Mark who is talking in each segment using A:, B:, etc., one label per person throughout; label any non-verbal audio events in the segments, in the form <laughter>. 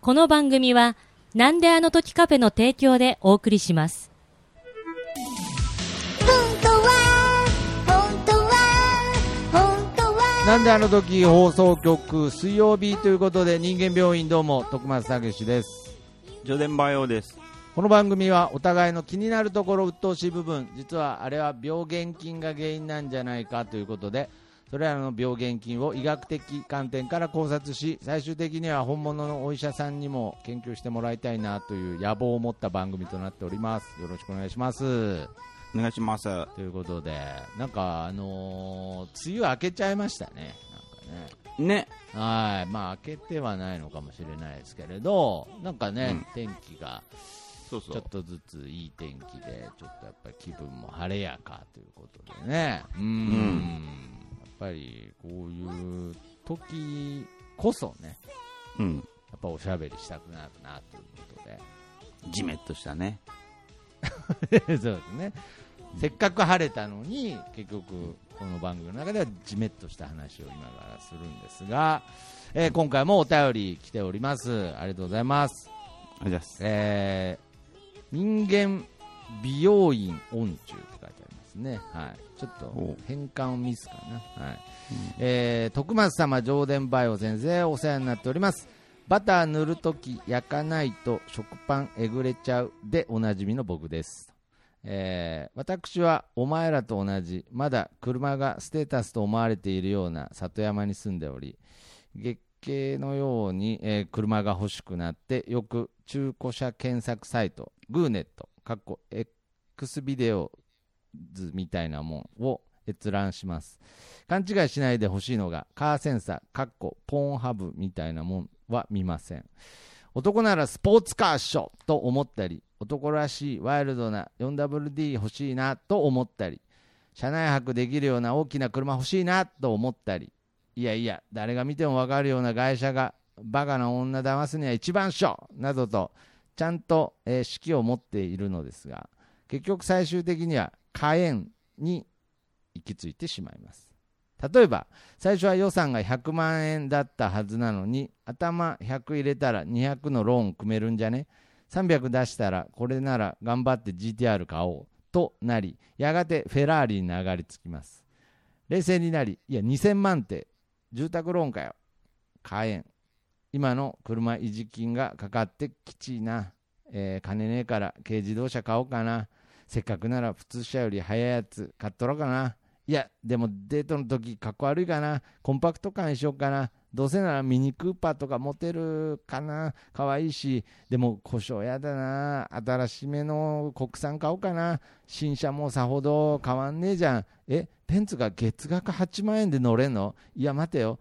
A: この番組は、なんであの時カフェの提供でお送りします。
B: 本当は本当は本当は
C: なんであの時放送局水曜日ということで人間病院どうも徳松たけしです
D: ジョデンバイオです。
C: この番組はお互いの気になるところ鬱陶しい部分実はあれは病原菌が原因なんじゃないかということでそれらの病原菌を医学的観点から考察し最終的には本物のお医者さんにも研究してもらいたいなという野望を持った番組となっておりますよろしくお願いします
D: お願いします。
C: ということでなんかあのー梅雨明けちゃいましたねなんかね
D: ね。
C: はい、まあ開けてはないのかもしれないですけれど、なんかね、
D: うん
C: 天気が
D: そうそ
C: ちょっとずついい天気で、ちょっとやっぱり気分も晴れやかということでね、うーん、やっぱりこういう時こそね、
D: うん。
C: やっぱおしゃべりしたくなるなということで、
D: ジメッとしたね。
C: そうです <laughs> ね。せっかく晴れたのに、結局、この番組の中ではじめっとした話を今からするんですが、えー今回もお便り来ております。ありがとうございます。
D: ありがとうございます。
C: えー人間美容院音中って書いてありますね。はい。ちょっと
D: お
C: 変換をミスかな。はい。えー徳松様、上田バイオ先生、お世話になっております。バター塗るとき焼かないと食パンえぐれちゃうでおなじみの僕です。えー私はお前らと同じ、まだ車がステータスと思われているような里山に住んでおり、月経のように、えー車が欲しくなってよく中古車検索サイトグーネットかっこ X ビデオズみたいなもんを閲覧します勘違いしないでほしいのがカーセンサーかっこポーンハブみたいなもんは見ません男ならスポーツカーっしょと思ったり男らしいワイルドな 4WD 欲しいなと思ったり車内泊できるような大きな車欲しいなと思ったりいやいや、誰が見ても分かるような会社が、バカな女騙すには一番っしょなどと、ちゃんと、えー、指揮を持っているのですが、結局最終的には火炎に行き着いてしまいます。例えば、最初は予算が100万円だったはずなのに、頭100入れたら200のローン組めるんじゃね ?300 出したら、これなら頑張って GTR 買おう。となり、やがてフェラーリに上がりつきます。冷静になり、いや、2000万って住宅ローンかよ買えん今の車維持金がかかってきちいな、えー金ねえから軽自動車買おうかなせっかくなら普通車より早いやつ買っとろうかないやでもデートの時かっこ悪いかなコンパクト感にしようかなどうせならミニクーパーとか持てるかな可愛いしでも故障やだな新しめの国産買おうかな新車もさほど変わんねえじゃんえペンツが月額8万円で乗れんのいや待てよ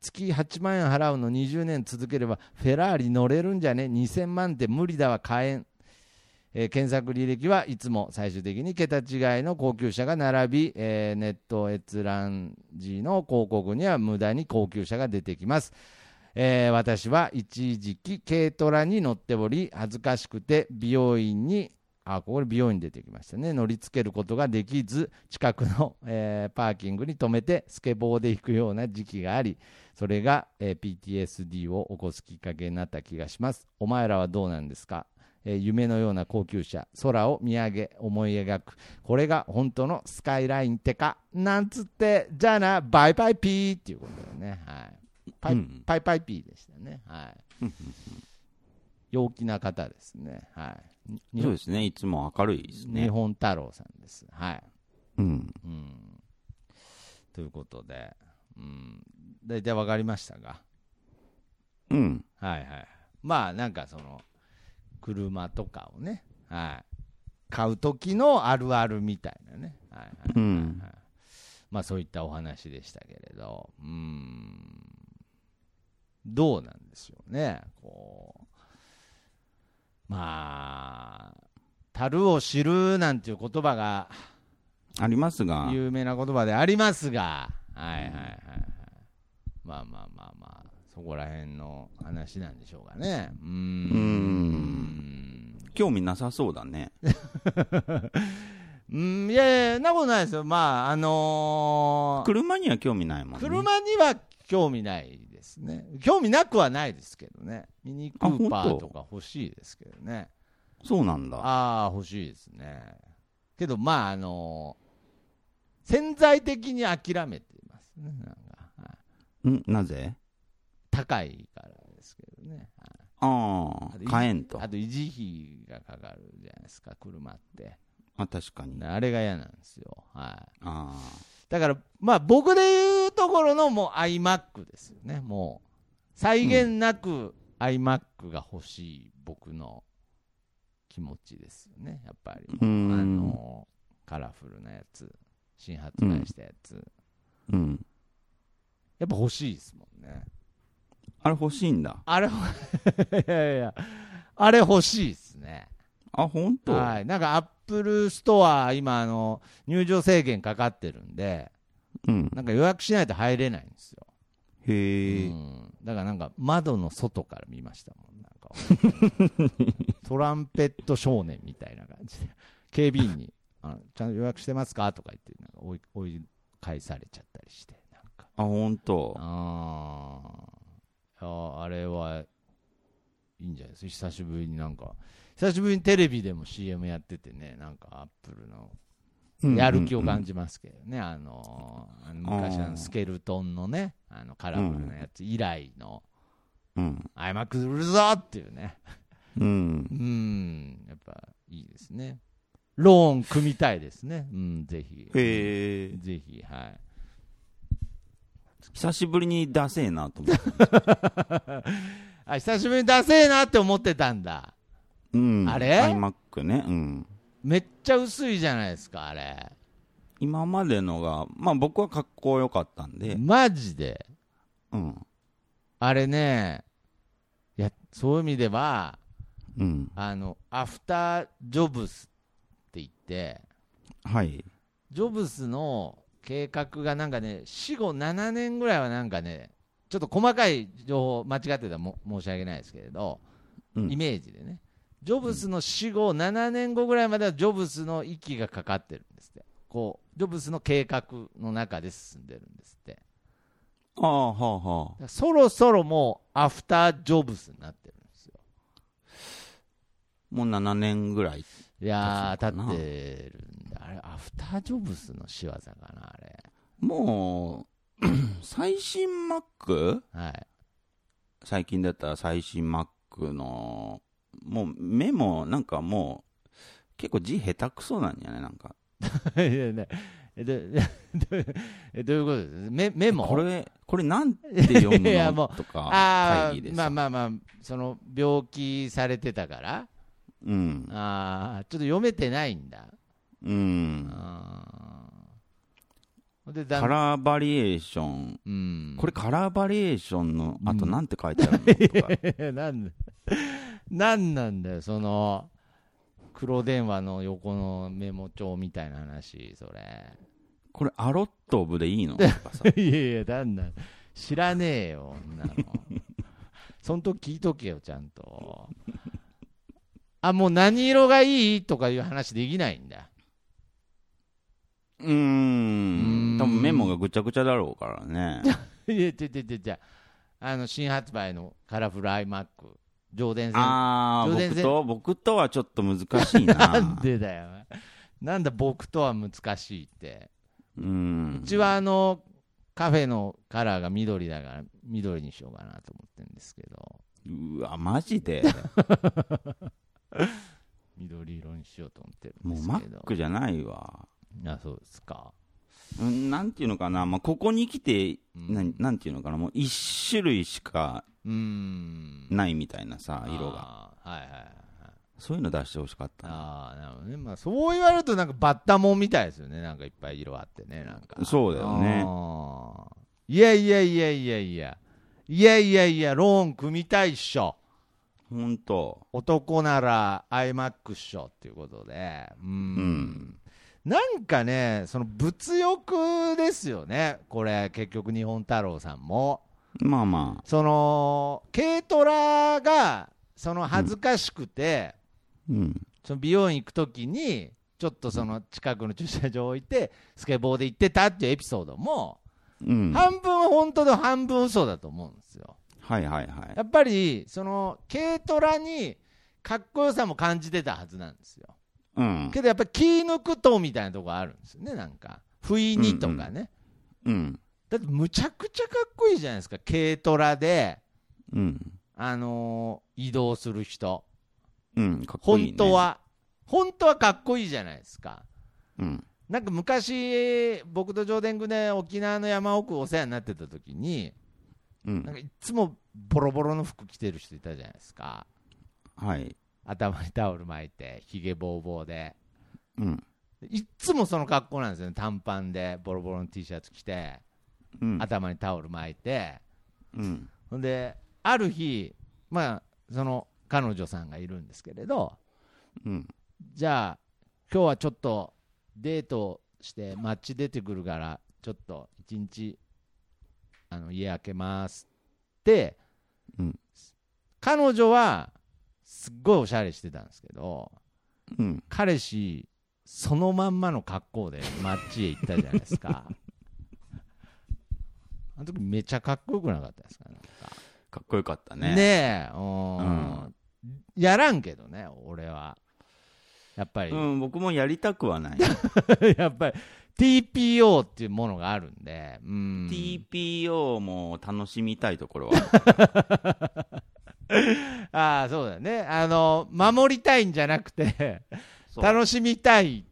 C: 月8万円払うの20年続ければフェラーリ乗れるんじゃね2000万って無理だわ買えん、えー検索履歴はいつも最終的に桁違いの高級車が並び、えーネット閲覧時の広告には無駄に高級車が出てきますえー私は一時期軽トラに乗っており恥ずかしくて美容院にあここで美容院出てきましたね乗りつけることができず近くの、えーパーキングに止めてスケボーで行くような時期がありそれが、えー PTSD を起こすきっかけになった気がしますお前らはどうなんですか、えー夢のような高級車空を見上げ思い描くこれが本当のスカイラインってかなんつってじゃあなバイバイピーっていうことだよねはいパイ,、
D: うん
C: パイパイピーでしたねはい
D: <laughs>
C: 陽気な方ですねはいに日
D: そう
C: 本
D: ですね。いつも明るいです
C: 日
D: ね。
C: 本太郎さんですはい
D: うん。
C: うんということで、うん、大体わかりましたが
D: うん。
C: はいはいまあなんかその車とかをね、はい、買う時のあるあるみたいなね、はいはいはいはい
D: うん
C: まあそういったお話でしたけれどうんどうなんですよねこうまあ「樽を知る」なんていう言葉が
D: ありますが、
C: 有名な言葉でありますが、はいはいはいはい、まあまあまあまあ、そこら辺の話なんでしょうかね。うー
D: うー
C: ん。
D: ん。興味なさそうだね。
C: うん、いやいや、なことないですよ。まあ、あのー
D: 車には興味ないもんね。
C: 車には興味ないですね。興味なくはないですけどね。ミニクーパ
D: あ
C: ー
D: 本当
C: とか欲しいですけどね。
D: そうなんだ。
C: ああ、欲しいですね。けど、まあ、あの潜在的に諦めてますね。なんか、はい
D: んなぜ
C: 高いからですけどね。はい
D: あ
C: あと
D: あ、買えんと。
C: あと維持費がかかるじゃないですか、車って。
D: あ、確かに。あ
C: あれが嫌なんですよ。はい。
D: あ。
C: だから、まあ、僕で言うところのもう iMac ですよね、もう。再現なく iMac が欲しい僕の気持ちですよね、やっぱり。
D: うー
C: あ
D: ん
C: の、カラフルなやつ、新発売したやつ。
D: うん。
C: やっぱ欲しいですもんね。
D: あれ欲しいんだ。
C: <laughs> あれ、いやいや、あれ欲しいですね。
D: あ、ほんと
C: はい、なんかアップルストア、今あの、入場制限かかってるんで、
D: うん。
C: なんか予約しないと入れないんですよ。
D: へ
C: う
D: え。
C: ん、だからなんか窓の外から見ましたもん、なんか
D: <laughs>
C: トランペット少年みたいな感じで、警備員にあのちゃんと予約してますかとか言ってなんか追い、追い返されちゃったりして、なんか、
D: あ、ほんと
C: あーあー、あれはいいんじゃないですか、久しぶりになんか、久しぶりにテレビでも CM やっててね、なんかアップルのやる気を感
D: じ
C: じますけどね、あのーあの昔
D: あー
C: あのスケルトンのね、あのカラフルなやつ以来の、
D: うん。
C: アイマックス売るぞっていうね、
D: うん
C: う。ん、やっぱいいですね、ローン組みたいですね、うん、ぜひ、
D: へえ。
C: ぜひ、はい。
D: 久しぶりにダセえなと思って。
C: あ久しぶりにダセえなって思ってたんだ、
D: うん。
C: あれ
D: ?iMac ね。うん。
C: めっちゃ薄いじゃないですか、あれ、
D: 今までのが、まあ僕はかっこよかったんで。
C: マジで、
D: うん。
C: あれね、いやそういう意味では、
D: うん。
C: あのアフター・ジョブスって言って、
D: はい。
C: ジョブズの計画がなんかね、死後7年ぐらいはなんかね、ちょっと細かい情報、間違ってたらも申し訳ないですけれど、
D: うん
C: イメージでね、ジョブズの死後7年後ぐらいまでは、ジョブズの息がかかってるんですって、こうジョブズの計画の中で進んでるんですって、だか
D: ああ、はあ、はあ。
C: らそろそろもう、アフター・ジョブズになってるんですよ。
D: もう7年ぐらい。
C: いやー、
D: 経つ
C: 立
D: のかな
C: ってるんだ、あれ、アフター・ジョブズの仕業かな、あれ。
D: もう、最新 Mac?
C: はい、
D: 最近だったら最新 Mac の、もう目もなんかもう、結構字下手くそなんやね、なんか。
C: いやね、えど <laughs> えどういうことですメメモ
D: これ、これなんて読む
C: いやもう
D: のと
C: あ
D: か、
C: あ
D: 会議で
C: まあ
D: さ。
C: まあまあ、その病気されてたから、
D: うん。
C: あーちょっと読めてないんだ。
D: うん。
C: あーでだん
D: カラーバリエーション。
C: うん、 <laughs>
D: これカラーバリエーションの後なんて書いてあるの
C: <laughs>
D: とか。
C: れなんだ、なんなんだよ、その黒電話の横のメモ帳みたいな話、それ。
D: これアロットオブでいいのとか
C: <laughs>
D: さ。
C: いやいや、なんなん知らねえよ、女の。そん時聞いとけよ、ちゃんと。あ、もう何色がいいとかいう話できないんだ。
D: うーん。多分メモがぐちゃぐちゃだろうから
C: <laughs>
D: ね。
C: いや、ちょちょちょちょ、あの、新発売のカラフル iMac、上電線。
D: ああ、
C: 上田
D: 僕
C: 先
D: と、僕とはちょっと難しいな。
C: <laughs> なんでだよ。なんだ、僕とは難しいって。
D: うん
C: う。ちは、あの、カフェのカラーが緑だから、緑にしようかなと思ってるんですけど、
D: うわ、マ
C: <laughs>
D: ジで。
C: 緑色にしようと思ってるん
D: も
C: で
D: う
C: す
D: マ
C: けど。
D: ックじゃないわ。
C: あ、そうですか。
D: うんなんていうのかな、まあ、ここに来て、
C: うん
D: なんなんていうのかな、もう一種類しか
C: うーん。
D: ないみたいなさ、色が。
C: が。はいはいはい。
D: そういうの出してほしかったな。
C: ああ、なるほどね。まあ、そう言われると、なんかバッタモンみたいですよね。なんかいっぱい色あってね、なんか。
D: そうだよね
C: あー。いやいやいやいやいや。いやいやいや、ローン組みたいっしょ。
D: ほんと。
C: 男なら iMac っしょっていうことで。うーん。
D: うん
C: なんかね、その物欲ですよね。これ、結局、日本太郎さんも。
D: まあまあ。
C: その、軽トラが、その恥ずかしくて、
D: うん。
C: その美容院行くときに、ちょっとその近くの駐車場置いて、スケボーで行ってたっていうエピソードも、
D: うん。はい
C: 半分本当で半分嘘だと思うんですよ。
D: はいはい
C: や。っぱり、その、軽トラに、かっこよさも感じてたはずなんですよ。
D: うん。
C: けどやっぱり気抜くとみたいなとこあるんですよね、なんか。不意にとかね。
D: うん。
C: だってむちゃくちゃかっこいいじゃないですか、軽トラで、
D: うん。
C: あのー移動する人。
D: うん。かっこいい、ね。
C: 本当。は、本当はかっこいいじゃないですか。
D: うん。
C: なんか昔、僕と上田君で沖縄の山奥お世話になってた時に、
D: う
C: なん
D: ん。
C: かいつもボロボロの服着てる人いたじゃないですか。
D: はい。
C: 頭にタオル巻いて、ひげぼうぼうで。
D: うん。
C: いっつもその格好なんですよね。短パンで、ボロボロの T シャツ着て、
D: うん。
C: 頭にタオル巻いて。
D: うん。
C: ほんで、ある日、まあ、その彼女さんがいるんですけれど、
D: うん。
C: じゃあ、今日はちょっとデートして、マッチ出てくるから、ちょっと一日、あの家開けますって、
D: うん
C: 彼女は、すっごいおしゃれしてたんですけど、
D: うん。
C: 彼氏、そのまんまの格好でマッチへ行ったじゃないですか。あの時めちゃかっこよくなかったですか、なんか。
D: かっこよかったね。
C: ねえ、うん
D: う
C: やらんけどね、俺は。やっぱり、
D: うん、僕もやりたくはない。
C: やっぱり TPO っていうものがあるんで、うん、
D: TPO も楽しみたいと
C: <laughs>
D: ころは。
C: ああ、そうだよね。あの、守りたいんじゃなくて、
D: <laughs> そう
C: 楽しみたい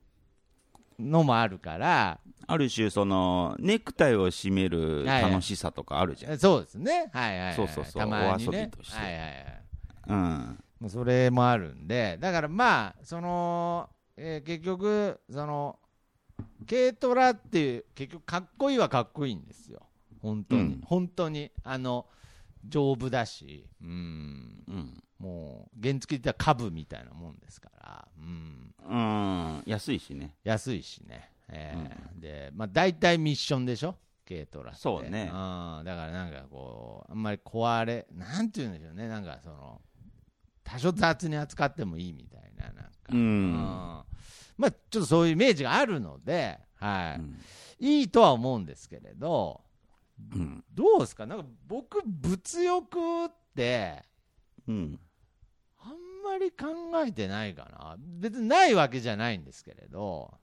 C: のもあるから、
D: ある種、その、ネクタイを締める楽しさとかあるじゃん。
C: そうですね。はいはい、はい。
D: そうそうそう
C: たまに、ね、
D: お遊びとして
C: はいはいはい。
D: うん。
C: もうそれもあるんで、だからまあ、その、えー結局、その、軽トラっていう、結局、かっこいいはかっこいいんですよ。本当に。
D: うん
C: 本当に。あの、丈夫だし、うん、
D: うん。
C: もう、原付きで言ったら株みたいなもんですから、うん、
D: うん。安いしね。
C: 安いしね。えーで、まあ、大体ミッションでしょ軽トラって。
D: そうね
C: うん、だからなんかこう、あんまり壊れ、なんて言うんでしょうね。なんかその、多少雑に扱ってもいいみたいな、なんか。
D: うん
C: まあ、ちょっとそういうイメージがあるので、は
D: う
C: い。
D: ん。
C: いいとは思うんですけれど、
D: うん。
C: どうですかなんか僕、物欲って、
D: うん。
C: あんまり考えてないかな。別にないわけじゃないんですけれど、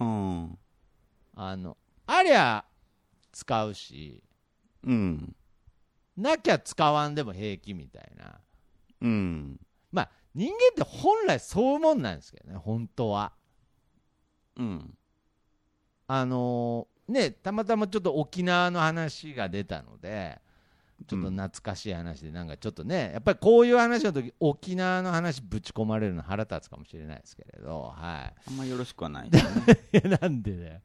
D: うん。
C: あの、ありゃ使うし、
D: うん。
C: なきゃ使わんでも平気みたいな。
D: うん。
C: まあ、人間って本来そういうもんなんですけどね、本当は。
D: うん。
C: あのーね、たまたまちょっと沖縄の話が出たので、ちょっと懐かしい話で、なんかちょっとね、やっぱりこういう話の時沖縄の話ぶち込まれるの腹立つかもしれないですけれど、は
D: あんまよろしくは
C: <laughs>
D: な
C: い。
D: い。
C: いやなんでだよ。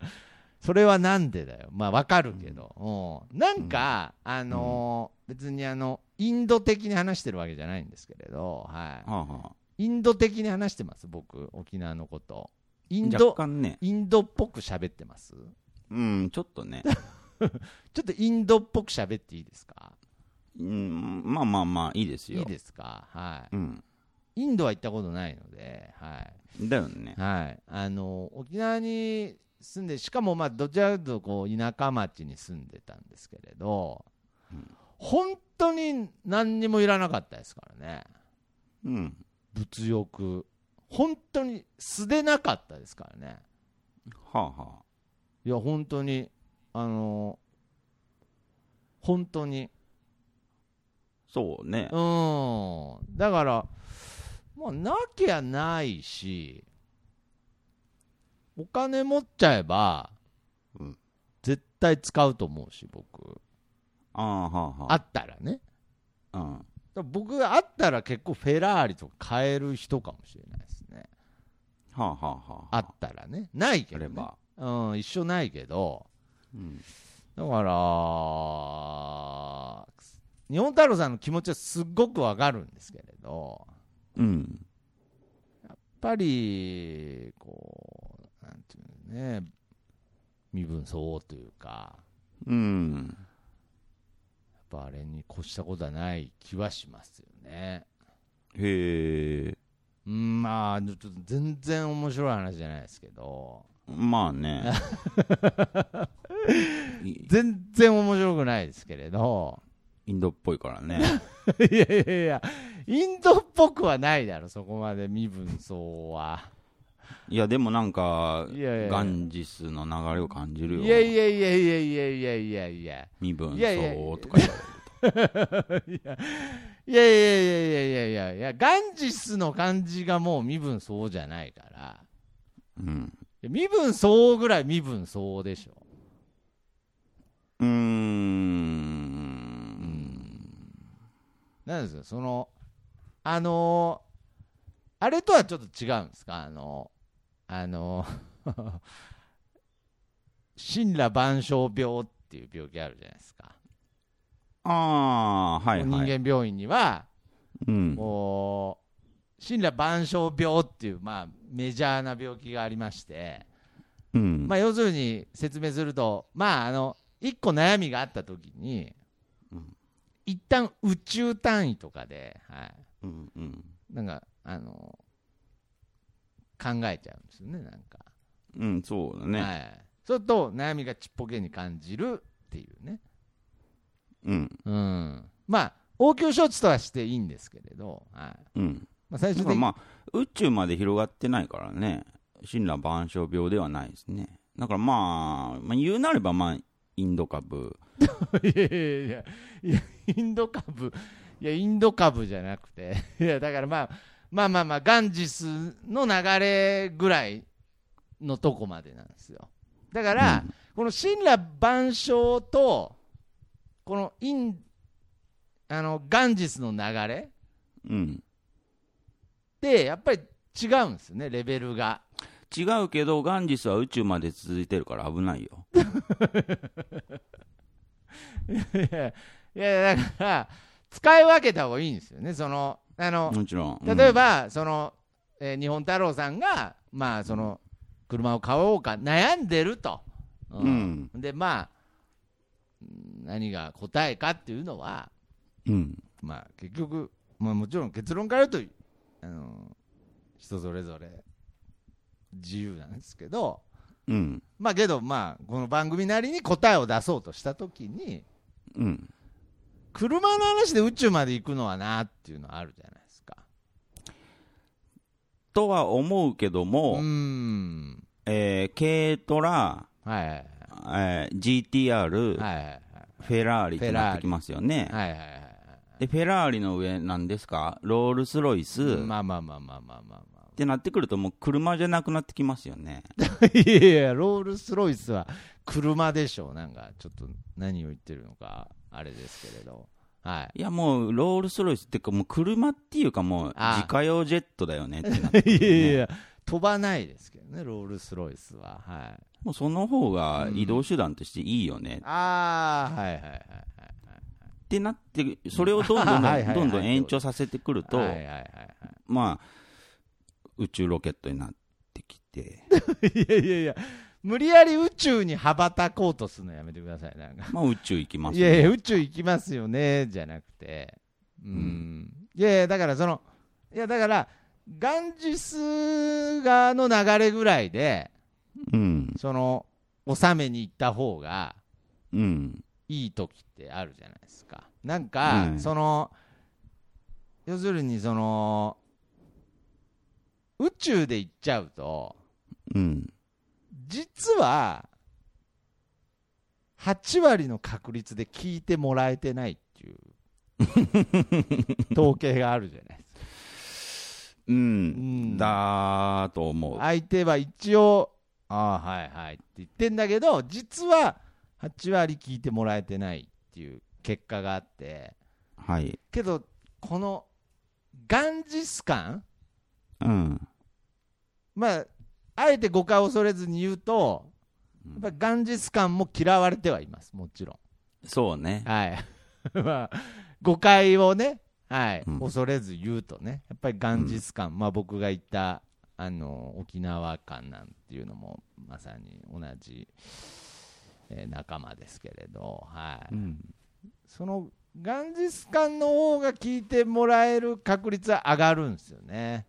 C: それはなんでだよ。まあ、わかるけど。うんなんか、あのー別にあの、インド的に話してるわけじゃないんですけれど、は。
D: はあはい
C: インド的に話してます、僕、沖縄のこと。イン
D: あ、
C: ド
D: 若、干ね。
C: インドっぽく喋ってます
D: うん、ちょっと
C: <laughs>
D: ね。
C: ちょっとインドっぽく喋っていいですか
D: うん、まあまあまあ、いいですよ。
C: いいですかは
D: うん。
C: い。インドは行ったことないので、は
D: だよね
C: い。。はい。あの、沖縄に住んで、しかもまあ、どちらかというとこう、田舎町に住んでたんですけれど、本当に何にもいらなかったですからね。
D: うん。
C: 物欲。本当に素でなかったですからね。
D: はあはい
C: や、本当に、あの、本当に、
D: あ。そうね。
C: うん。だから、まあ、なきゃないし、お金持っちゃえば、
D: うん
C: 絶対使うと思うし、僕。
D: ああ、はあは
C: あったらね。
D: あ。うん。
C: だから僕があったら結構フェラーリとか買える人かもしれないですね。
D: はあはあはあ。
C: あったらね。ないけ
D: あれ
C: ど、ね。
D: ば。
C: うん、一緒ないけど。
D: うん。
C: だから、日本太郎さんの気持ちはすっごくわかるんですけれど、
D: うん。
C: やっぱり、こう、なんていうのね、身分相応というか、
D: うん。
C: やっぱあれに越したことはない気はしますよね。
D: へえ。
C: うん、まあ、ちょっと <laughs> 全然面白い話じゃないですけど、
D: まあね。イ
C: 全然面白くないですけれど、
D: インドっぽいからね。
C: <laughs> いやいやいや、インドっぽくはないだろ、そこまで身分相応は。
D: いや、でもなんか、
C: いやいやいや
D: ガンジスの流れを感じる
C: <laughs>
D: よ。
C: いやいやいやいやいやいやいやいや。
D: 身分
C: いやいやいや
D: 相応とか言われる
C: <laughs> いやいやいやいやいやいやいや、ガンジスの感じがもう身分相応じゃないから、
D: うん。
C: いや身分相応ぐらい身分相応でしょ。
D: うーん。
C: なんですよ、その、あのーあれとはちょっと違うんですか、あのあの <laughs> 神羅万象病っていう病気あるじゃないですか。
D: ああ、はいはい。
C: 人間病院には、
D: うん。
C: もう、神羅万象病っていう、まあ、メジャーな病気がありまして、
D: うん。
C: まあ、要するに説明すると、まあ、あの、一個悩みがあったときに、
D: うん
C: 一旦宇宙単位とかで、はい、
D: うんうん。
C: なんか、あの、考えちゃうんですよね、なんか。
D: うん、そうだね。
C: はい。それと、悩みがちっぽけに感じるっていうね。
D: うん。
C: うん。まあ、応急処置とはしていいんですけれど、はい。
D: うん。
C: まあ、最
D: だ
C: 終的
D: から
C: に、
D: まあ、宇宙まで広がってないからね、神羅万象病ではないですね。だからまあ、まあ、言うなればまあ、インド株。
C: いやいやいや、いや、インド株、いや、インド株じゃなくて、 <laughs> いや、だからまあ、まあまあまあ、ガンジスの流れぐらいのとこまでなんですよ。だから、
D: うん
C: この神羅万象と、このイン、あの、ガンジスの流れっ
D: うん。
C: て、やっぱり違うんですよね、レベルが。 <laughs>
D: 違うけど、ガンジスは宇宙まで続いてるから危ないよ。
C: いや、いやだから、使い分けた方がいいんですよね、その、あの、
D: もちろん。うん
C: 例え、ば、その、えー日本太郎さんが、まあ、その車を買おうか悩んでると、
D: うん
C: でまあうん何が答えかっていうのは、
D: うん。
C: まあ、結局、まあ、もちろん結論から言うと、あの人それぞれ自由なんですけど、
D: うん。
C: まあ、けど、まあ、この番組なりに答えを出そうとしたときに、
D: うん。
C: 車の話で宇宙まで行くのはなっていうのはあるじゃないですか。
D: とは思うけど
C: う
D: も、
C: ーん
D: えー軽トラ、
C: はいはい
D: えー GTR、
C: はいはいはい
D: フェラーリってなってきますよね。
C: はいはいはいは
D: で、フェラーリの上なんですかロールスロイス、
C: い。まあまあまあまあまあまあま
D: ってなってくると、もう車じゃなくなってきますよね。
C: あ。 <laughs> いやいや、ロールスロイスは車でしょう。なんか、ちょっと何を言ってるのか、あれですけれど。はい
D: や、もう、ロールスロイスってか、もう車っていうか、もう、
C: ああ
D: 自家用ジェットだよねってなっ
C: <laughs> い。
D: て、
C: いやいやい
D: ね、
C: や、飛ばないですけどね、ロールスロイスは。はい。
D: もうその方が移動手段としていいよね、っ
C: ああ、はいはいはいはい。
D: てなって、それをどんどん
C: はいはいはい
D: どんどん延長させてくると、
C: はいはいはいはい。
D: まあ、宇宙ロケットになってきて、
C: いやいやいや、無理やり宇宙に羽ばたこうとするのやめてください、なんか。
D: まあ、宇宙行きます
C: い
D: ね
C: やいや、宇宙行きますよね、じゃなくて。うん。いやいや、だからその、いやだから、ガンジス川の流れぐらいで、
D: うん、
C: その、納めに行った方が
D: うん、
C: いい時ってあるじゃないですか。なんか、
D: うん
C: その、要するにその、宇宙で行っちゃうと、
D: うん、
C: 実は、8割の確率で聞いてもらえてないっていう統計があるじゃないですか。
D: う
C: うん
D: ん、だーと思う。
C: 相手は一応、ああ、はいはいって言ってんだけど、実は8割聞いてもらえてないっていう結果があって、
D: はい。
C: けど、このガンジス感、
D: うん、
C: まあ、あえて誤解を恐れずに言うと、やっぱガンジス感も嫌われてはいます、もちろん。
D: そうね。
C: はい。 <laughs> まあ、誤解をね、はい、
D: うん
C: 恐れず言うとね、やっぱりガンジス艦、まあ僕が行った、あの、沖縄艦なんていうのも、まさに同じ、えー仲間ですけれど、はい。
D: うん
C: その、ガンジス艦の方が聞いてもらえる確率は上がるんですよね。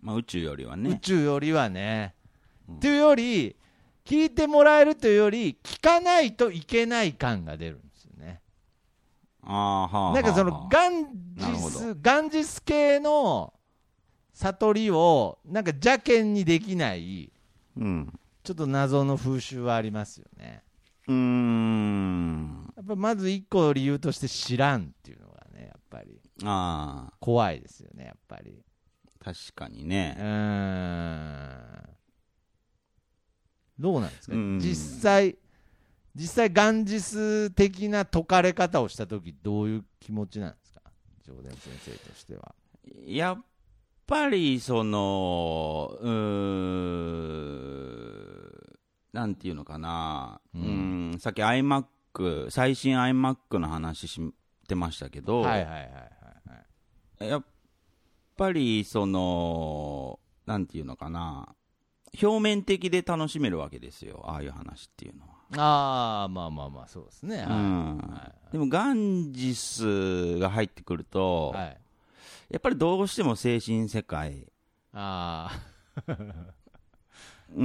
D: まあ、宇宙よりは
C: 宇
D: ね。
C: 宙よりはね。
D: う
C: っ
D: ん
C: ていうより、聞いてもらえるというより、聞かないといけない感が出るんですよね。
D: あーはあ、
C: なんかそ
D: はあ
C: の
D: はあ
C: ガン
D: なる
C: ジ
D: ほ
C: ス
D: ど、
C: ガンジス系の悟りを、なんか邪険にできない、
D: うん。
C: ちょっと謎の風習はありますよね。
D: うーん。
C: やっぱまず一個理由として知らんっていうのがね、やっぱり
D: あ
C: 怖いですよね、やっぱり。
D: あ、確かに
C: う
D: ね。
C: ーん。どうなんですか
D: うん
C: 実際、実際ガンジス的な解かれ方をした時どういう気持ちなんですか上田先生としては。
D: やっぱり、その、うーん、なんていうのかな。
C: う
D: うんん、さっき iMac、最新 iMac の話してましたけど、
C: はいはいはいはいはい。
D: やっぱり、その、なんていうのかな。表面的で楽しめるわけですよ。ああいう話っていうのは。
C: ああ、まあまあまあ、そうですね。
D: う
C: は
D: んでもガンジスが入ってくる
C: い。
D: と、
C: はい、
D: やっぱりどうしても精神世界、
C: ああ、
D: う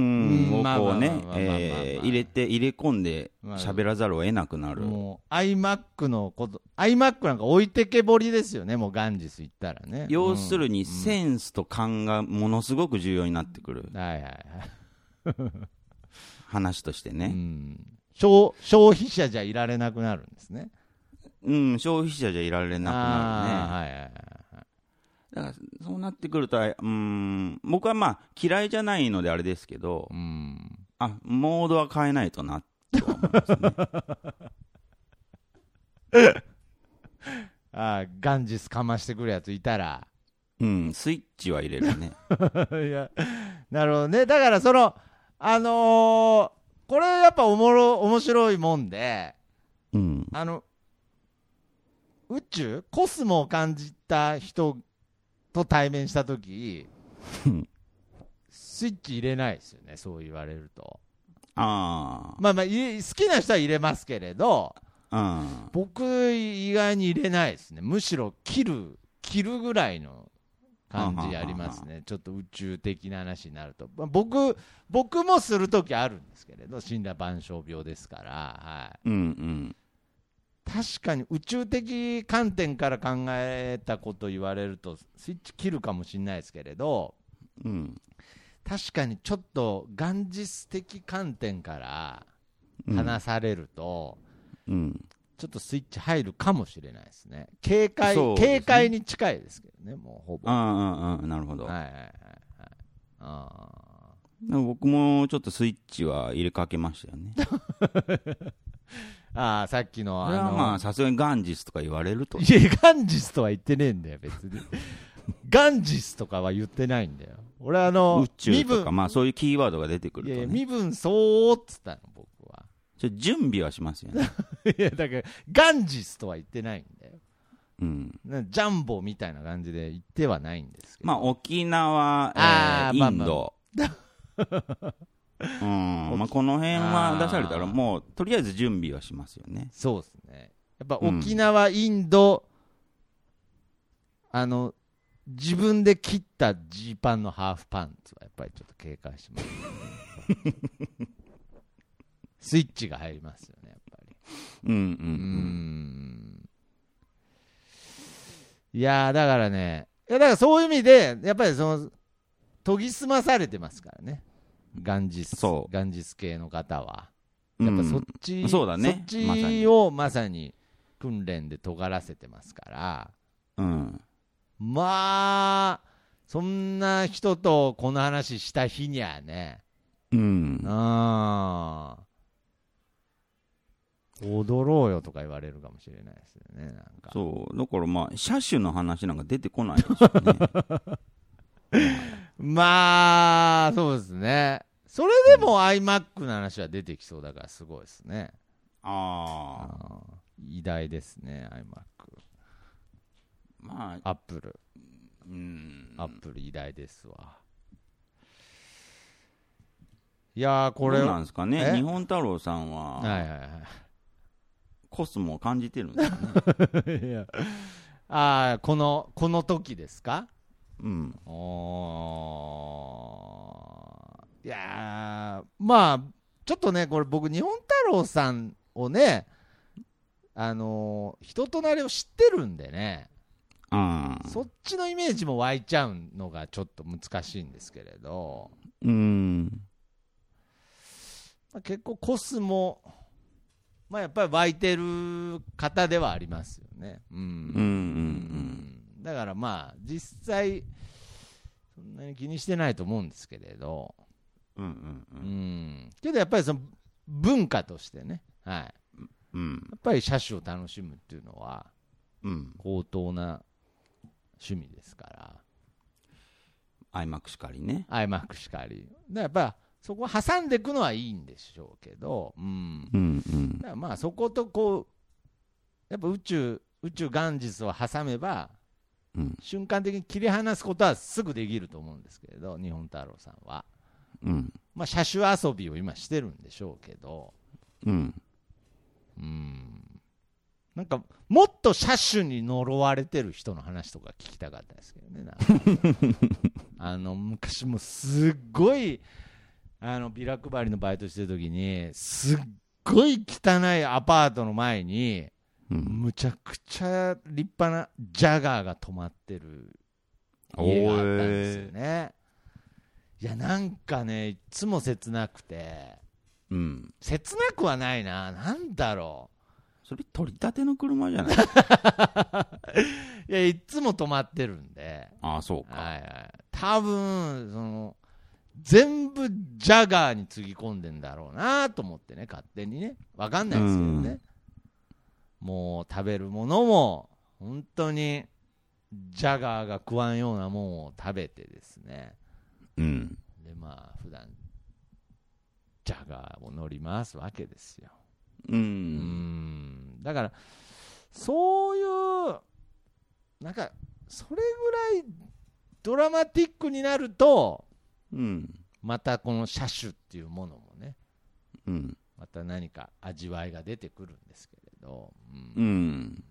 C: うん
D: ん、を
C: まあ
D: こうね
C: まあまあまあまあまあ、
D: えー入れて、入れ込んで
C: まあ
D: 喋らざるを得なくなる。
C: もう iMac のこと、iMac なんか置いてけぼりですよね、もうガンジス行ったらね。
D: 要するに
C: うん
D: センスと勘がものすごく重要になってくる
C: うんはいはいはい。
D: 話として
C: う
D: ね。
C: ん消消費者じゃいられなくなるんですね。
D: うん、消費者じゃいられなく
C: あ
D: なるね。
C: あはいはいはい
D: だからそうなってくると、うん、僕はまあ嫌いじゃないのであれですけど
C: う、ん
D: あ、モードは変えないとな。
C: ああガンジスかましてくるやついたら <laughs>
D: うん、スイッチは入れるね。
C: いやなるほどねだからそのあのーこれやっぱおもろ面白いもんで
D: うん。
C: あの宇宙コスモを感じた人と対面した時
D: うん
C: スイッチ入れないですよねそう言われると
D: あ
C: まあまあ入れ好きな人は入れますけれど
D: あ、うん。
C: 僕意外に入れないですねむしろ切る切るぐらいの感じありますねちょっと宇宙的な話になると、まあ僕僕もする時あるんですけれど死んだ万象病ですから、はい
D: うんうん。
C: 確かに宇宙的観点から考えたこと言われるとスイッチ切るかもしれないですけれど
D: うん。
C: 確かにちょっとガンジス的観点から
D: うん
C: 話されると、
D: うん。
C: ちょっとスイッチ入るかもしれないですね。警戒、
D: そうですね
C: 警戒に近いですけどね、もうほぼ。は
D: ああ、あなるほ
C: い
D: ど。
C: はいはいはい。あ
D: 僕もちょっとスイッチは入れかけましたよね。
C: ーあー、さっきの
D: こ
C: <laughs> あ
D: れは
C: の、
D: まあ、さすがにガンジスとか言われる
C: <laughs>
D: と。
C: いや、ガンジスとは言ってねえんだよ、別に。ガンジスとかは言ってないんだよ。俺あの
D: 宇、宙とか、
C: 身
D: まあそういうキーワードが出てく
C: 分、
D: る
C: いやいや
D: とね。
C: 身分相応っつったの、僕は。
D: ちょ準備はしますよね。
C: <laughs> いや、だから、ガンジスとは言ってないんだよ。
D: うん。
C: なジャンボみたいな感じで言ってはないんですけど。
D: まあ、沖縄、えー
C: あーまあ
D: インド。 <laughs> うん。まあ、この辺は出されたら、もう、とりあえず準備はしますよね。
C: そうですね。やっぱ
D: うん
C: 沖縄、インド、あの、自分で切ったジーパンのハーフパンツはやっぱりちょっと警戒します、
D: <laughs>
C: スイッチが入りますよね、やっぱり。
D: うんうん
C: うーん。いやー、だからね、いやだからそういう意味で、やっぱりその、研ぎ澄まされてますからね。ガンジス、
D: そう
C: ガンジス系の方は。
D: うん。
C: やっぱそっち、
D: うんそうだね
C: そっちをまさに訓練で尖らせてますから、
D: うん。
C: まあ、そんな人とこの話した日にはね、
D: うん。
C: あー踊ろうよとか言われるかもしれないですよね、なんか。
D: そう、だからまあ、車種の話なんか出てこないでしょう
C: <laughs>
D: ね。
C: まあ、そうですね。それでも iMac の話は出てきそうだからすごいですね。
D: あ
C: あ
D: あ、
C: ー偉大ですね、iMac。
D: まあ、
C: アップル。
D: うん。
C: アップル偉大ですわ。いやー、こ
D: こ
C: れ、
D: れ
C: は
D: ないんですか
C: え
D: ね、日本太郎さん
C: はい
D: は、
C: は
D: コスモを感じてるんです
C: <laughs>
D: かね。
C: い。いやああ、この、この時ですか
D: うん。
C: おーいやー、まあ、ちょっとね、これ僕、日本太郎さんをね、あのー人となりを知ってるんでね、
D: うん。
C: そっちのイメージも湧いちゃうのがちょっと難しいんですけれど、
D: うん。
C: まあ、結構コスも、まあ、やっぱり湧いてる方ではありますよね。うん。
D: うんうん
C: だからまあ、実際、そんなに気にしてないと思うんですけれど、
D: うん。うんうんう。
C: うんん、けどやっぱりその文化としてね、はい、や
D: うん。
C: っぱり車種を楽しむっていうのは、
D: うん。
C: 高等な趣味ですから、
D: iMac しかりね。
C: iMac しかり、だからやっぱそこを挟んでいくのはいいんでしょうけど、うん、
D: うんうん
C: だからまあそことこう、やっぱ宇宙、宇宙元日を挟めば、
D: うん
C: 瞬間的に切り離すことはすぐできると思うんですけれど、日本太郎さんは。
D: うん
C: まあ、車種遊びを今してるんでしょうけど、
D: うん。
C: うん、なんかもっと車種に呪われてる人の話とか聞きたかったですけどね、なんかあの昔もすっごいあのビラ配りのバイトしてる時に、すっごい汚いアパートの前に、
D: うん
C: むちゃくちゃ立派なジャガーが止まってる家があったんですよ
D: ー
C: ね。いやなんかね、いつも切なくて、
D: うん。
C: 切なくはないな、なんだろ
D: それ取り立ての車じ
C: <laughs>
D: ゃない
C: う、いや、いつも止まってるんで、
D: ああ、そうか。
C: はいはい、多分その全部ジャガーにつぎ込んでんだろうなと思ってね、勝手にね、わかんないですけどね、もう食べるものも、本当にジャガーが食わんようなもんを食べてですね。
D: うん。
C: でまあ普段ジャガーを乗り回すわけですよ、
D: う。
C: うんんだからそういうなんかそれぐらいドラマティックになると
D: うん。
C: またこの車種っていうものもね
D: うん。
C: また何か味わいが出てくるんですけれど、うん
D: うん。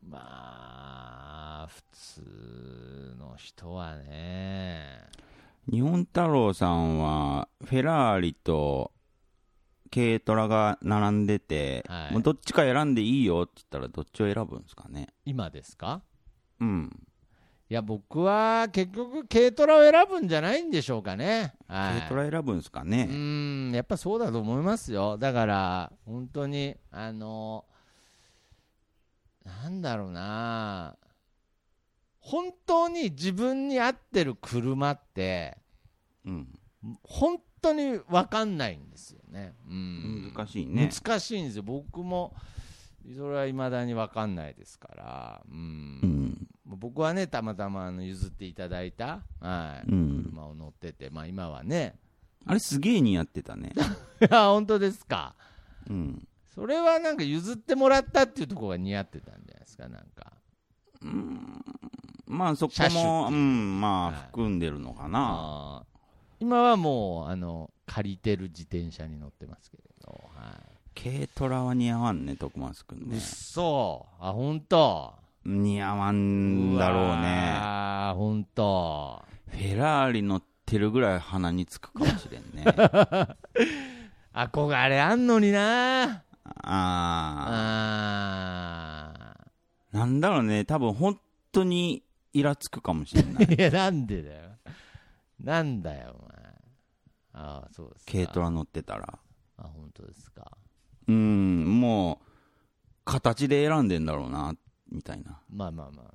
C: まあ普通の人はね
D: 日本太郎さんは、フェラーリと軽トラが並んでて、
C: はい
D: もうどっちか選んでいいよって言ったら、どっちを選ぶんですかね。
C: 今ですか
D: うん。
C: いや、僕は結局、軽トラを選ぶんじゃないんでしょうかね。はい、
D: 軽トラ選ぶんですか
C: う
D: ね。
C: ーん、やっぱそうだと思いますよ。だから、本当に、あの、なんだろうな、本当に自分に合ってる車って、
D: うん。
C: 本当に分かんないんですよね。うん、
D: 難しいね。
C: 難しいんですよ。僕も、それは未だに分かんないですから。うん
D: うん。
C: もう僕はね、たまたまあの譲っていただいた、はい
D: うん
C: 車を乗ってて、まあ、今はね、 <laughs>
D: あれすげえ似合ってたね。 <laughs>
C: いや、本当ですか、
D: うん。
C: それはなんか譲ってもらったっていうところが似合ってたんじゃないですか、なんか、
D: まあそこ
C: 車種
D: も、うん、まあ
C: はい
D: 含んでるのかな。
C: あー今はもうあの、借りてる自転車に乗ってますけれど、は
D: 軽トラは似合わんね、徳松くん
C: い、う
D: ね
C: っ。そ、あ、本当、
D: 似合わんだろうね。
C: あ本当、
D: フェラーリ乗ってるぐらい鼻につくかもしれん
C: <laughs>
D: ね。
C: 憧れあんのにな、
D: あ
C: あ
D: ー。なんだろうね、多分本当にイラつくかもしれな
C: ー <laughs>
D: い。
C: いや、なんでだよ、なんだよ、お前。ああ、そうですか。
D: 軽トラ乗ってたら。
C: あ、本当ですか。
D: うん、もう、形で選んでんだろうな、みたいな。
C: まあまあまあ。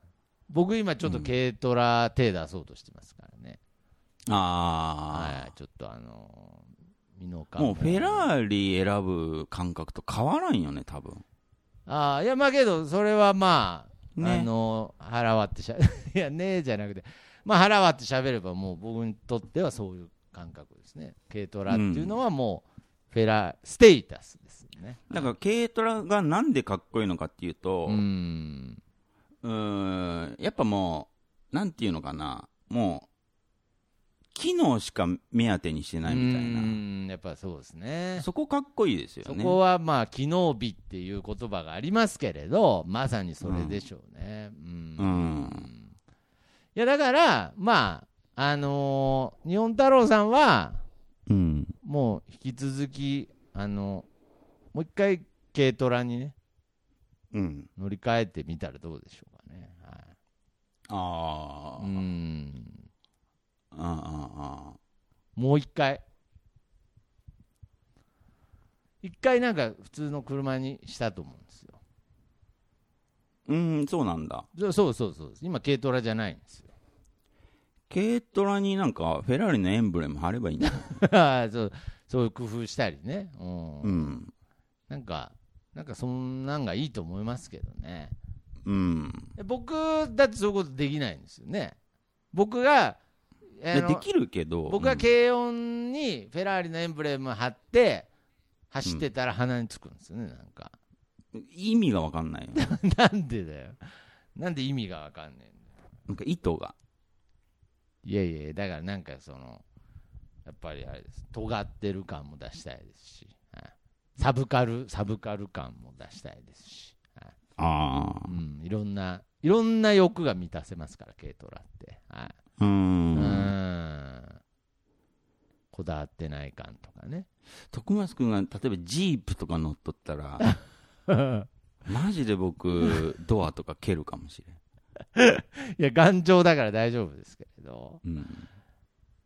C: 僕今ちょっと軽トラ手出そうとしてますからね。は
D: あ
C: い、ちょっとあのー、身の
D: ー。
C: 感
D: もうフェ
C: ー
D: ラーリ選ぶ感覚と変わらんよね、多分。
C: ああ、いやまあけど、それはまあ、
D: ね
C: あのー、腹割ってしゃ、 <laughs> いやねえじゃなくて、まあ腹割って喋ればもう僕にとってはそういう感覚ですね。軽トラっていうのはもう、フェラ、ステータスですよね。
D: だから軽トラがなんでかっこいいのかっていうと、
C: うーん。
D: うーんやっぱもう、なんていうのかな、もう、機能しか目当てにしてないみたいう
C: ー
D: な、
C: んやっぱそうですね。
D: そこかっこいいですよ
C: そ
D: ね。
C: こはまあ、機能美っていう言葉がありますけれど、まさにそれでしょうね。うん。
D: うん
C: いや、だから、まあ、あのー日本太郎さんは、
D: うん、
C: もう引き続き、あの、もう一回軽トラにね、
D: うん。
C: 乗り換えてみたらどうでしょうかね。はい
D: ああ、
C: う
D: うん、
C: ん。
D: ああ、
C: もう一回。一回なんか普通の車にしたと思うんですよ。
D: うん、そうなんだ。
C: そうそうそうそうです。今軽トラじゃないんですよ。
D: 軽トラになんか、フェラーリのエンブレム貼ればいいんだ。
C: <laughs> そうそういう工夫したりね。うん。
D: うん。
C: なんか、なんかそんなんがいいと思いますけどね。
D: うん。
C: え僕だってそういうことできないんですよね。僕が、あ
D: いや
C: の
D: できるけど、
C: 僕が軽音にフェラーリのエンブレム貼って走ってたら鼻につくんですよね、なんか。 <laughs>
D: うん意味がわかんないよ。
C: なんでだよ。なんで意味がわかんねえんだよ
D: なんか意図が。
C: いやいや、だからなんかその、やっぱりあれです、尖ってる感も出したいですし、はいサブカル、サブカル感も出したいですし、はい
D: あ
C: う
D: <laughs> あ。
C: ん、いろんな、いろんな欲が満たせますから、軽トラって。はい
D: うん。
C: うんこだわってない感とかね。
D: 徳松君が例えばジープとか乗っとったら <laughs> マジで僕ドアとか蹴るかもし
C: いや、頑丈だから大丈夫ですけれど。
D: れん、うん、
C: い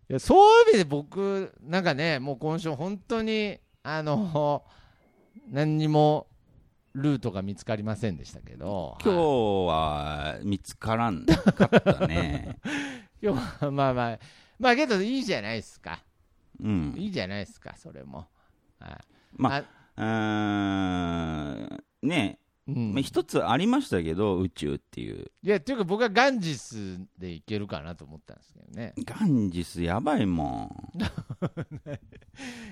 C: やそういう意味で僕、なんかね、もう今週、本当に、あの、何にもルートが見つかりませんでしたけど、
D: 今日
C: は
D: は見つからんかった <laughs> ね
C: い今日は、まあまあ、まあけど、いいじゃないですか、
D: う
C: い
D: ん
C: いじゃないですか、それも。はい
D: ま
C: あ
D: あうーんね
C: うん、
D: まあ
C: い
D: 一つありましたけど宇宙っていう
C: や、というか、僕はガンジスで行けるかなと思ったんですけどね。
D: ガンジスやばいもん
C: い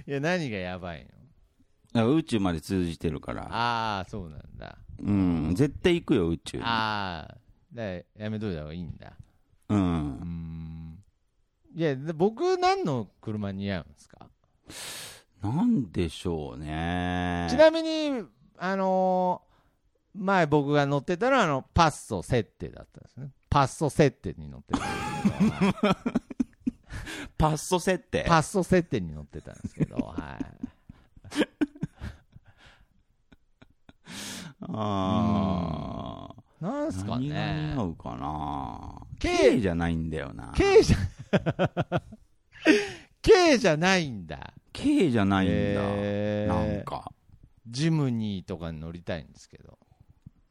C: や、何がやばいの
D: だから宇宙まで通じてるから、
C: ああ、そうなんだ。
D: うん、絶対行くよ宇宙
C: ああ、だからやめといた方がいいんだ。
D: う
C: うー
D: ん、
C: ん。いや、で僕、何の車似合うんですか
D: なんでしょうね
C: ちなみに、あのー前僕が乗ってたのはあのパッソ設定だったんですね。パッソ設定に乗ってたんですけ <laughs> ど、はい
D: パッソ設定
C: パッソ設定に乗ってたんですけ
D: <laughs>
C: ど、はい。
D: ああ
C: なんすか
D: 何が
C: ね
D: 似合。うかな
C: K
D: K じゃないんだよな
C: K じゃ、K じゃないんだ。
D: K じゃないんだ、
C: えー
D: なんか
C: ジムニーとかに乗りたいんですけど、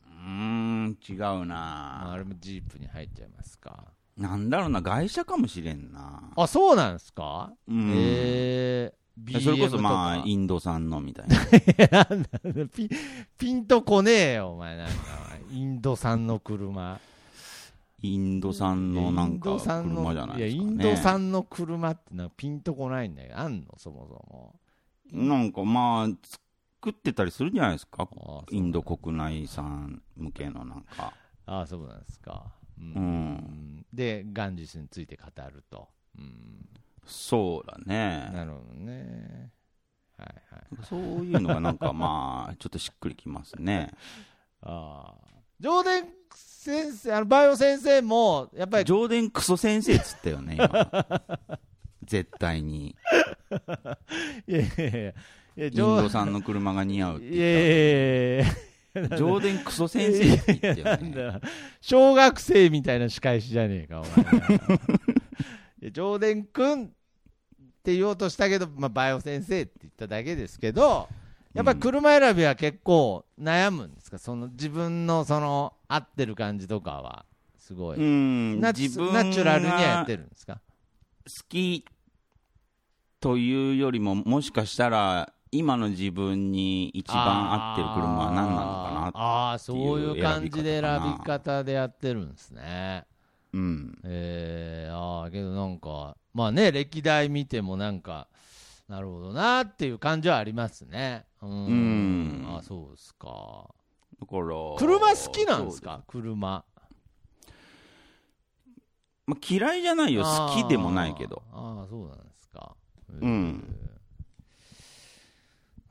D: うーん違う
C: まあ、
D: な
C: あれもジープに入っちゃいますか。
D: なんだろうな外車かもしれんな
C: あ、そうなんですか
D: うん
C: えー、BM
D: それこそ
C: とか
D: まあインド産のみたいな
C: <laughs> なんだろうねピンピンとこねえよ、お前なんか。インド産の車。
D: インド産のな
C: イ
D: ん
C: ン
D: か
C: ド産の
D: 車じゃないですか、ね、
C: や、インド産の車ってなんかピンとこないんだけど、あんのそも
D: なんかまあ作ってたりするじゃないですか
C: そも。
D: インド国内産向けのなんか
C: ああ、そうなんですか。う
D: うんん
C: で、ガンジスについて語ると。うん
D: そうだね
C: なるほどね。はいはい。
D: そういうのがなんかまあ、ちょっとしっくりきますね。
C: ああ。上田先生、あの、バイオ先生も、やっぱり、
D: 上田クソ先生っつったよね、今。絶対に。
C: いやいやいやいや、
D: インド
C: 上
D: さんの車が似合うっ
C: い
D: て
C: やい
D: 言っ
C: やいやいや
D: た。上田クソ先生って言ったよ
C: なん
D: ね。
C: だ小学生みたいな仕返しじゃねえか、お前。いや上田くんって言おうとしたけど、まあ、バイオ先生って言っただけですけど、やっぱり車選びは結構悩むんですか、その自分のその合ってる感じとかは、すごい、
D: うん、
C: ナ
D: 自
C: チ
D: 分
C: ュナチュラルにはやって
D: る。
C: るんですか、
D: 好きというよりも、もしかしたら、今の自分に一番合ってる車は何なのかな。
C: あーあー、そういう感じで選
D: 選
C: び
D: び
C: 方でやってるんですね。
D: うん。
C: えー、ああ、けどなんか、まあね、歴代見てもなんか、なるほどなっていう感じはありますね。うーん。
D: うん
C: あそうですか。
D: だから。
C: 車好きなんですか車。
D: まあ嫌いじゃないよ。
C: あー
D: 好きでもないけど。。。
C: ああ、そうなんですか。うん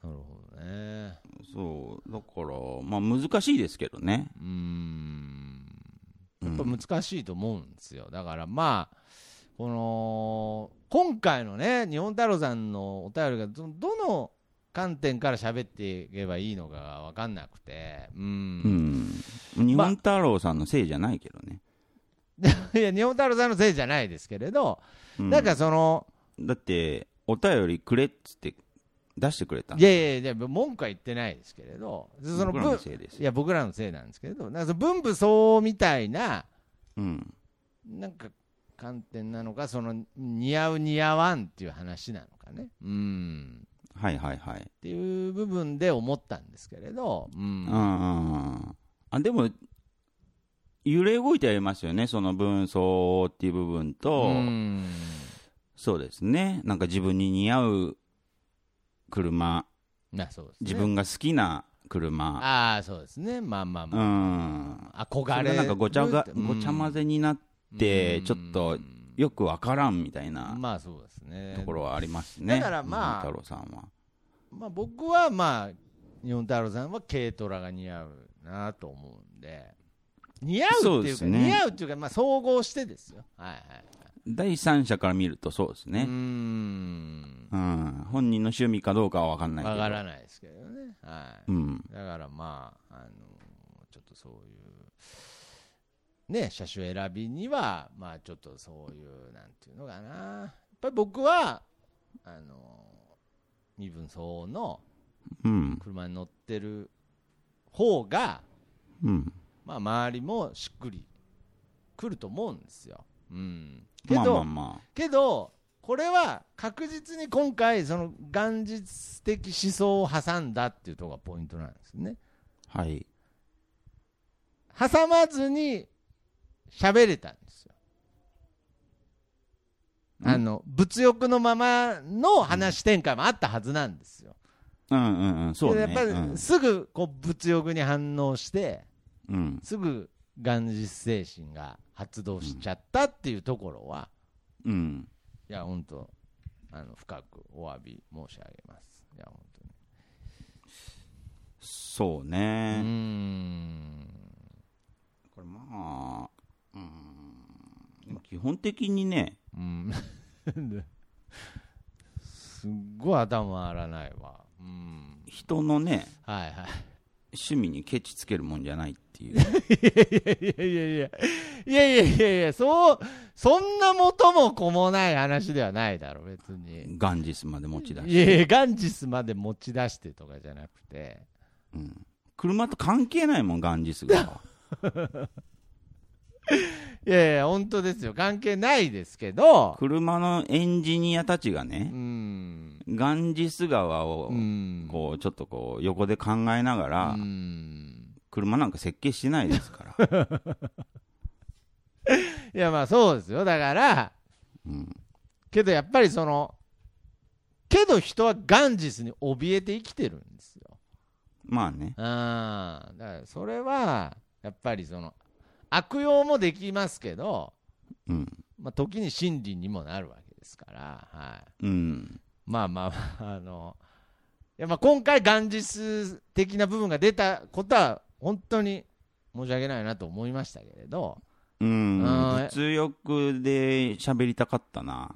C: なるほどね。
D: そう。だから、まあ難しいですけどね。
C: うーん。
D: うん
C: やっぱ難しいと思うんですよ。だからまあ、この今回のね日本太郎さんのお便りがどどの観点から喋っていけばいいのかが分かんなくて、うん
D: うん、日本太郎さんのせいじゃないけどね、
C: いや日本太郎さんのせいじゃないですけれど、
D: うん
C: なんかその
D: だってお便りくれっつって出してくれたん
C: いやいやいや文句は言ってないですけれどその
D: 僕らの
C: ぶ
D: せいです
C: い
D: よ、
C: や僕らのせいなんですけれどなんかその文武相応みたいな
D: うん、
C: なんか観点なのかその似合う似合わんっていう話なのかねうん
D: はいはいはい、
C: っていう部分で思ったんですけれど、うん
D: うんうんうんあでも揺れ動いてありますよねその分相応っていう部分と、
C: うん
D: そうですねなんか自分に似合う車
C: なそうですね
D: 自分が好きな車、
C: ああそうですねまあまあ
D: う
C: ま
D: ん、
C: あ、
D: そ
C: 憧
D: れ
C: れ
D: がなんかごちゃが
C: うん
D: ごちゃ混ぜになって
C: うん
D: ちょっとよくわからんみたいな
C: まあそうですね
D: ところはありますね、
C: だからまあ
D: うん太郎さんは。
C: まあ、僕はまあ日本太郎さんは軽トラが似合うなと思うんで似合う
D: そ
C: っ
D: う
C: てい
D: で
C: うか
D: すね
C: 似合うっていうか、まあ、総合してですよはいはい
D: 第三者から見るとそうです
C: うー
D: ね、
C: ん
D: うん本人の趣味かどうかは分かんな
C: わ
D: いけど
C: からないですけどねはい
D: うん、
C: だからまあ、あのちょっとそういう、ね、車種選びには、まあちょっとそういう、なんていうのかな、やっぱり僕は、あの身分相応の
D: うん
C: 車に乗ってる方が、
D: うん、
C: まあ周りもしっくりくると思うんですよ。うん、けど、
D: まあまあま
C: けど、これは確実に今回、その元日的思想を挟んだっていうところがポイントなんですね。
D: あ、はい、
C: 挟まずに喋れたんですよ。
D: ん
C: あの物欲のままの話展開もあったはずなんですよ。
D: うんうんうん、そうね、
C: けどやっぱ
D: う
C: り
D: ん
C: すぐこう物欲に反応して
D: うん
C: すぐ元日精神が発動しちゃったっていうところは、
D: うん、
C: いや本当あの深くお詫び申し上げます。いや本当に。
D: そう
C: うー
D: ね、
C: ん。
D: これまあ、うん、でも基本的にね、
C: うん、すっごい頭回らないわ。うん、
D: 人のね、
C: はいは
D: 趣味にケチつけるもんじゃないっていう、
C: い。いやいやいやいやいやいやいや、そう、そんな元も子もない話ではないだろ、別に。
D: ガンジスまで持ち出し
C: い
D: て、
C: やいや、ガンジスまで持ち出してとかじゃなくて。
D: うん、車と関係ないもん、ガンジスが。
C: いやいや、本当ですよ。関係ないですけど。
D: 車のエンジニアたちが
C: う
D: ね、
C: ん。
D: ガンジス川を
C: うん。
D: こうちょっとこう横で考えながら、
C: うん
D: 車なんか設計してないです
C: <laughs>
D: から、
C: いや、まあそうですよ。だから、
D: うん、
C: けどやっぱりそのけど人はガンジスに怯えて生きてるんですよ。
D: まあ
C: う
D: ね、
C: ん、だからそれはやっぱりその悪用もできますけど、
D: うん、
C: まあ、時に真理にもなるわけですから、はい、
D: うん、
C: まあまあまああのいやまあ今回ガンジス的な部分が出たことは本当に申し訳ないなと思いましたけれど、
D: うん、
C: あー
D: 物欲で喋りたかったな、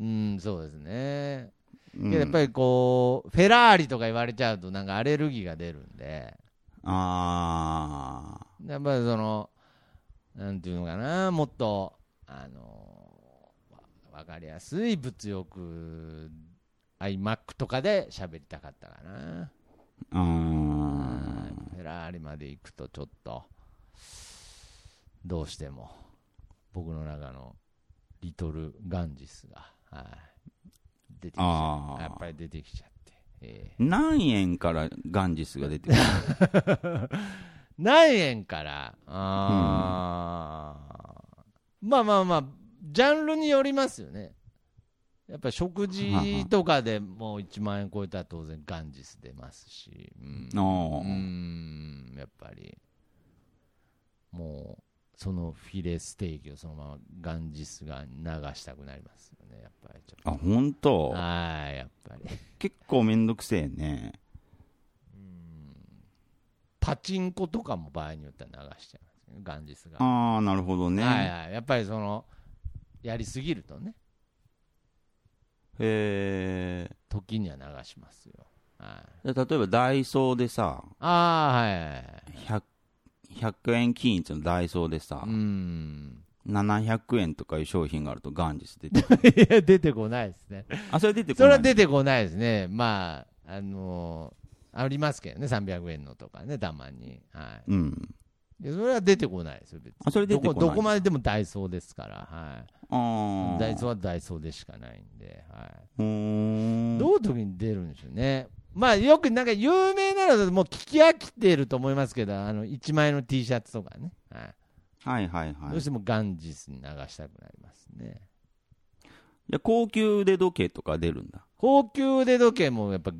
C: うん、そうですね。
D: う
C: け
D: ん、
C: どやっぱりこう、フェラーリとか言われちゃうとなんかアレルギーが出るんで。
D: あ
C: やっぱりその、なんていうのかな、もっと、あのわわかりやすい物欲、iMac とかで喋りたかったかな。
D: ー、う
C: は
D: ん、
C: いフェラーリまで行くとちょっと、どうしても、僕の中のリトル・ガンジスが、はい、出てきちゃ
D: あ
C: う。
D: ー
C: やっぱり出てきちゃって。ええ
D: 何円からガンジスが出てくる、
C: 何円からあー、まあまあまあジャンルによりますよねやっぱ食事とかでもう1万円超えたら当然ガンジス出ますしうん
D: お
C: う
D: ー
C: んやっぱりもうそのフィレステーキをそのままガンジスが流したくなりますよねやっぱりちょっ
D: あ本
C: と
D: 当、
C: はいやっぱり
D: 結構めんどくせえね、
C: パチンコとかも場合によっては流しちゃいますねガンジスが
D: ああ、なるほどね、
C: はいはい、やっぱりその、いやりすぎるとね、
D: え
C: 時には流しますよ。はい、
D: ー、で例えばダイソーでさ、
C: ああ、はいはいはい。
D: 100, 100円均一のダイソーでさ
C: う、ん。 <laughs>
D: 700円とかいう商品があると元日出てくる。
C: いや、出てこないですね。
D: あ、それ出てこ
C: それ
D: な
C: はい出てこないですね。まあ、あのーありますけどね、300円のとかね、たまに。は
D: うん。
C: い。でそれは出てこないですよ、別に
D: あそれ出てこな
C: ど
D: い
C: こ。どこまででもダイソーですから、はい。
D: ああ。
C: ダイソーはダイソーでしかないんで、は
D: うー
C: い。
D: ん。
C: どういう時に出るんでしょうね。まあ、よくなんか有名なのだともう聞き飽きてると思いますけど、あの、1枚の T シャツとかね。はい。
D: はいはいは
C: ど
D: いう
C: し。てもガンジスに流したくなりますね。
D: じゃあ高級腕時計とか出るんだ。
C: 高級腕時計もやっぱ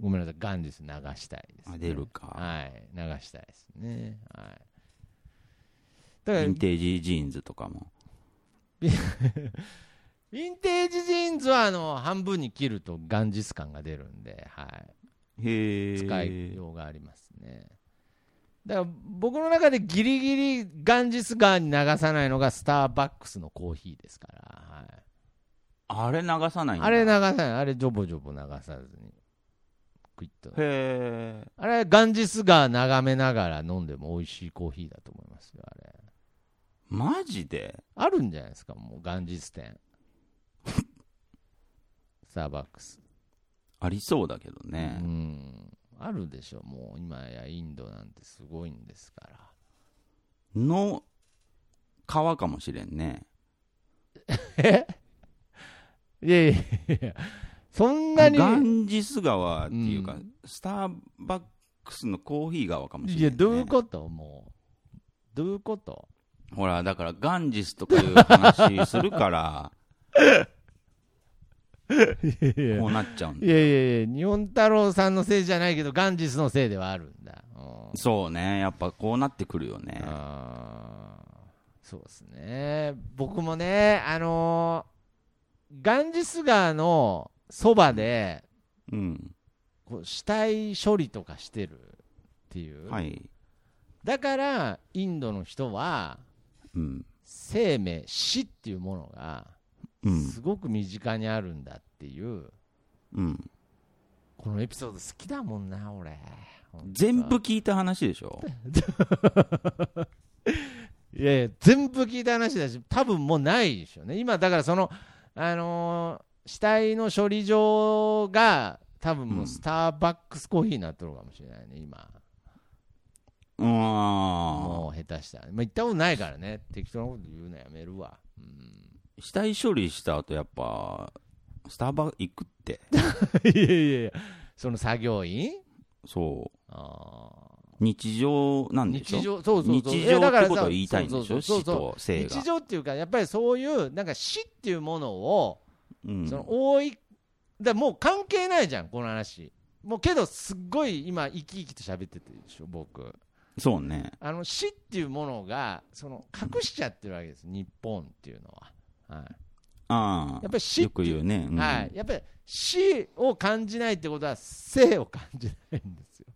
C: ごめんなさいガンジス流したいです、ね、
D: あ出るか
C: はい流したいですねはいだから
D: ヴィ
C: ヴ
D: ンテージジーンズとかも。
C: <laughs> ィンテージジーンズはあの半分に切るとガンジス感が出るんで、は
D: へ
C: い、
D: え。
C: 使いようがありますねだから僕の中でギリギリガンジス川に流さないのがスターバックスのコーヒーですから、はい
D: あれ流さないんだ。
C: あれ流
D: へ
C: さないあれジョボジョボ流さずにクイッと
D: え。
C: あれ、ガンジス川眺めながら飲んでも美味しいコーヒーだと思いますよ、あれ。
D: マジで
C: あるんじゃないですか、もうガンジス店。 <laughs> スターバックス。
D: ありそうだけど
C: う
D: ね。
C: ん。あるでしょ、もう今やインドなんてすごいんですから。
D: の川かもしれんね。
C: いやいやいや、そんなに。
D: ガンジス川っていうか、
C: うん
D: スターバックスのコーヒー川かもしれん、
C: い
D: ね。
C: や、どういうこともう。どういうこと
D: ほら、だからガンジスとかいう話する
C: <laughs>
D: から、こうなっちゃうん
C: い
D: だ。
C: やいやいや、日本太郎さんのせいじゃないけど、ガンジスのせいではあるんだ。うん
D: そうね、やっぱこうなってくるよね。
C: あーそうですね僕もねあのーガンジス川のそばで
D: うん。
C: こう死体処理とかしてるっていう、
D: はい。
C: だからインドの人は
D: うん。
C: 生命死っていうものが
D: うん
C: す。ごく身近にあるんだっていう、
D: うん。
C: このエピソード好きだもんな俺ほんと
D: 全部聞いた話でしょ
C: いやいや、全部聞いた話だし、多分もうないでしょうね、今、だからその、あのー死体の処理場が、多分もううんスターバックスコーヒーになってるかもしれないね、今、
D: うーん。
C: もう下手したら、まあ、行ったことないからね、適当なこと言うのやめるわ、
D: <laughs>
C: うん、
D: 死体処理した後やっぱ、スタバ行くって。
C: いやいやいや、その作業員
D: そう。
C: あー
D: 日常なんでしょ
C: 日常そうそうそう
D: 日
C: い
D: 常
C: やだからさ
D: ってことを言いたいんでし
C: そうそ
D: ょ
C: う
D: 死
C: そうそう
D: と生が
C: 日常っていうか、やっぱりそういう、なんか死っていうものを、
D: うん
C: その多い、だからもう関係ないじゃん、この話。もうけど、すっごい今、生き生きと喋っててるでしょ、僕。
D: そうね
C: あの死っていうものが、その隠しちゃってるわけです、日本っていうのは。はい、
D: ああ
C: やっぱり死
D: よく言うね、うん
C: はい、やっぱり死を感じないってことは、生を感じないんですよ。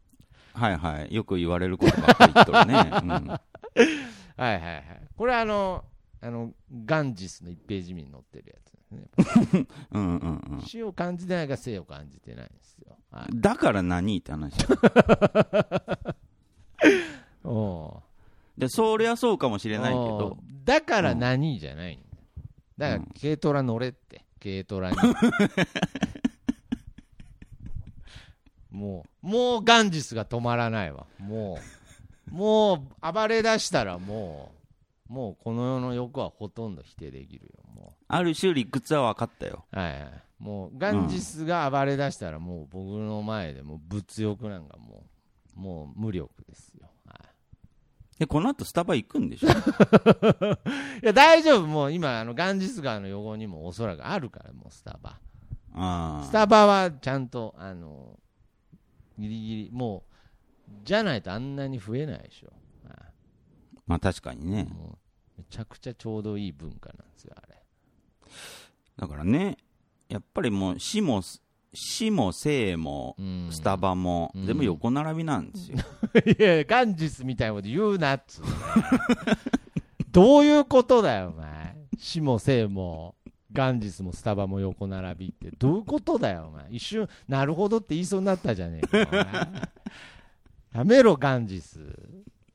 D: はいはいよく言われることばっかり言っとる
C: <laughs>
D: ね、
C: はいはいはい。これはあの、あのガンジスの1ページ目に載ってるやつですね。
D: うん、うんうんうん
C: 死を感じてないが生を感じてないんですよ。はい、
D: だから何って話
C: おう
D: でそりゃそうかもしれないけど
C: おうだから何じゃないんだだから
D: うん
C: 軽トラ乗れって軽トラ
D: <laughs>
C: にもうもうガンジスが止まらないわもうもう暴れ出したらもうもうこの世の欲はほとんど否定できるよも
D: ある種理屈は分かったよ
C: うはいはいもうガンジスが暴れ出したらもう僕の前でもう物欲なんかもうもう無力ですよはい
D: でこの後スタバ行く
C: <laughs>
D: んでしょ
C: いや、大丈夫。もう今、あの、ガンジス川の横にもおそらくあるから、もうスタバ。
D: あ
C: ス
D: あ
C: タバはちゃんと、あの、ギリギリ、もう、じゃないとあんなに増えないでしょ。あ
D: まあ確かにね
C: もう、めちゃくちゃちょうどいい文化なんですよ、あれ。
D: だからねやっぱりもう死も死も生も
C: うん
D: スタバも、
C: うん
D: 全部横並びなんですよ、
C: <laughs> いや、ガンジスみたいなこと言うなっつうのどういうことだよ、お前。死も生も、元日もスタバも横並びって、どういうことだよ、お前。一瞬、なるほどって言いそうになったじゃねえかお前。やめろ、元日。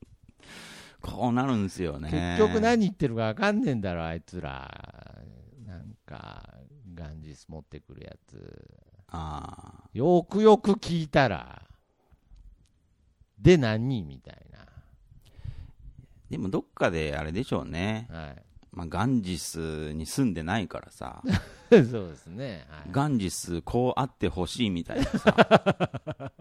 D: <laughs> こうなるんですよね。
C: 結局何言ってるか分かんねえんだろ、あいつら。なんか、元日持ってくるやつ。
D: ああ。
C: よくよく聞いたら、で何みたい
D: でもどっかであれでしょうね。
C: な。はい。 <laughs>
D: まあ、ガンジスに住んでないからさ、
C: そうですね。はい
D: ガンジスこうあってほしいみ
C: <laughs>
D: たいなさ。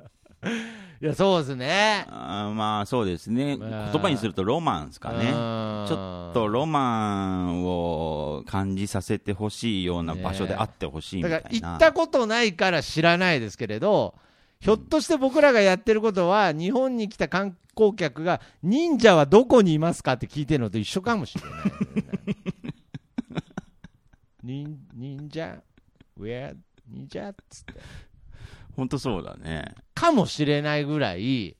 C: いや、そうですね。
D: あーまあそうですね。言
C: まあ
D: 葉にするとロマンですかね。ちょ
C: ょ
D: っとロマンを感じさせてほしいような場所であってほしいみた
C: だ
D: いな。
C: から行ったことないから知らないですけれど、ひょっとして僕らがやってることは、日本に来た観光客が、忍者はどこにいますかって聞いてるのと一緒かもしれない、
D: <laughs>
C: 忍忍者 ?Where? 忍者っつって。
D: 本当そうだね。
C: かもしれないぐらい、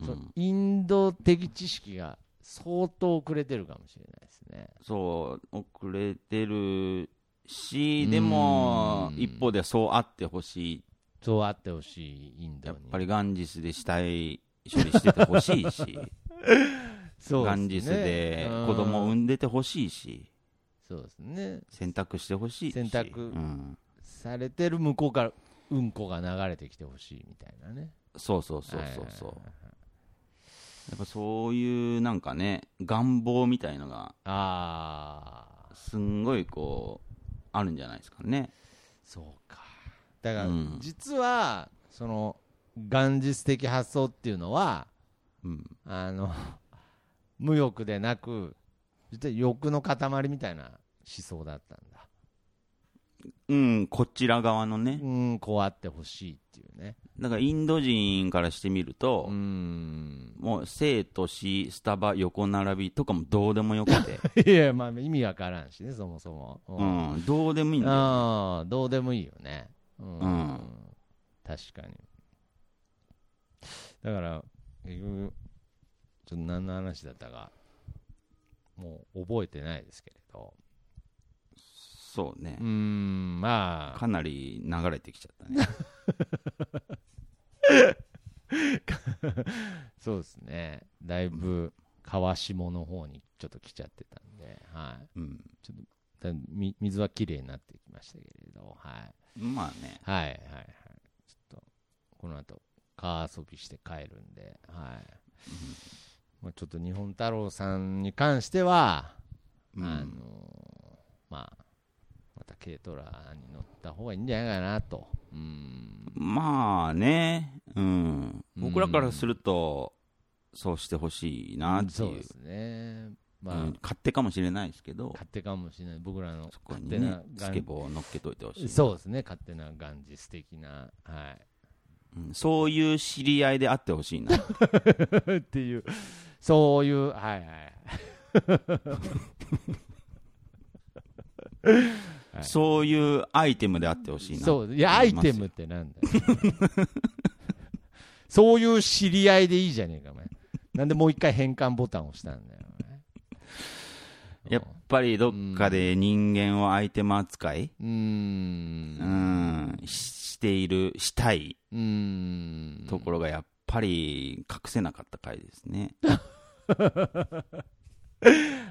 D: うん
C: そのインド的知識が相当遅れてるかもしれないですね。
D: そう、遅れてるし、
C: うん
D: でも、一方でそうあってほしい。
C: そうあってほしいインド
D: やっ
C: に。
D: ぱりガンジスで死体処理しててほし
C: <laughs>
D: いし、
C: そう
D: ガ
C: すね
D: ンジスで子供を産んでてほしいし、
C: そうですね。
D: 洗濯してほしいし。
C: 洗濯
D: うん。
C: されてる向こうからうんこが流れてきてほしいみたいなね。
D: そうそうそうそうそう。
C: はいはいはいはい
D: やっぱそういうなんかね、願望みたいのが、
C: ああ、
D: すんごいこう、あるんじゃないですかね。
C: そうか。だから、
D: うん
C: 実は、その、元日的発想っていうのは、
D: うん。
C: あの、 <laughs> 無欲でなく、実は欲の塊みたいな思想だったんだ。
D: うん、こちら側のね
C: う。ん、こうあってほしいっていうね。
D: だからインド人からしてみると、
C: うん。 <laughs>
D: もう生と死、スタバ、横並びとかもどうでもよくて、
C: いや、まあ意味わからんしね、そもそも。<laughs>
D: う、
C: うん
D: どうでもいいんだよ。
C: あーどうでもいいよね。うん。
D: うん
C: 確かに。だから、結局、ちょっと何の話だったか、もう覚えてないですけれど。
D: そうね
C: うー。ん、まあ
D: か、なり流れてきちゃったね。
C: そうですね。だいぶ、川下の方にちょっと来ちゃってたんで、はい。
D: うん。
C: だみ水はきれいになってきましたけれど、はい。
D: まあね。
C: はい、はい、はい。ちょっと、この後、川遊びして帰るんで、はい。まあ、ちょっと日本太郎さんに関しては、
D: うん
C: あのまあ、また軽トラに乗った方がいいんじゃないかなと。うん。
D: まあね。うん。
C: うん
D: 僕らからすると、そうしてほしいなってい
C: そう
D: う
C: で。すね。まあ、
D: うん勝手かもしれないですけど、
C: 勝手かもしれない。僕らの
D: そこ
C: 勝
D: に
C: 手
D: ね
C: な、
D: スケボーを乗っけといてほしい。
C: そうですね。勝手なガンジス的な、はい。
D: うんそういう知り合いであってほし
C: <laughs>
D: いな。
C: っていう、そういう、はいはいはい。はい
D: そういうアイテムであってほしいな。
C: そう、いや、アイテムってなんだよ。 <laughs> そういう知り合いでいいじゃねえか、お前。なんでもう一回変換ボタンを押したんだよ、お前
D: やっぱりどっかで人間をアイテム扱い、
C: うーん。
D: う、
C: うん
D: ししている、したい
C: ーん。
D: ところがやっぱり隠せなかった回ですね。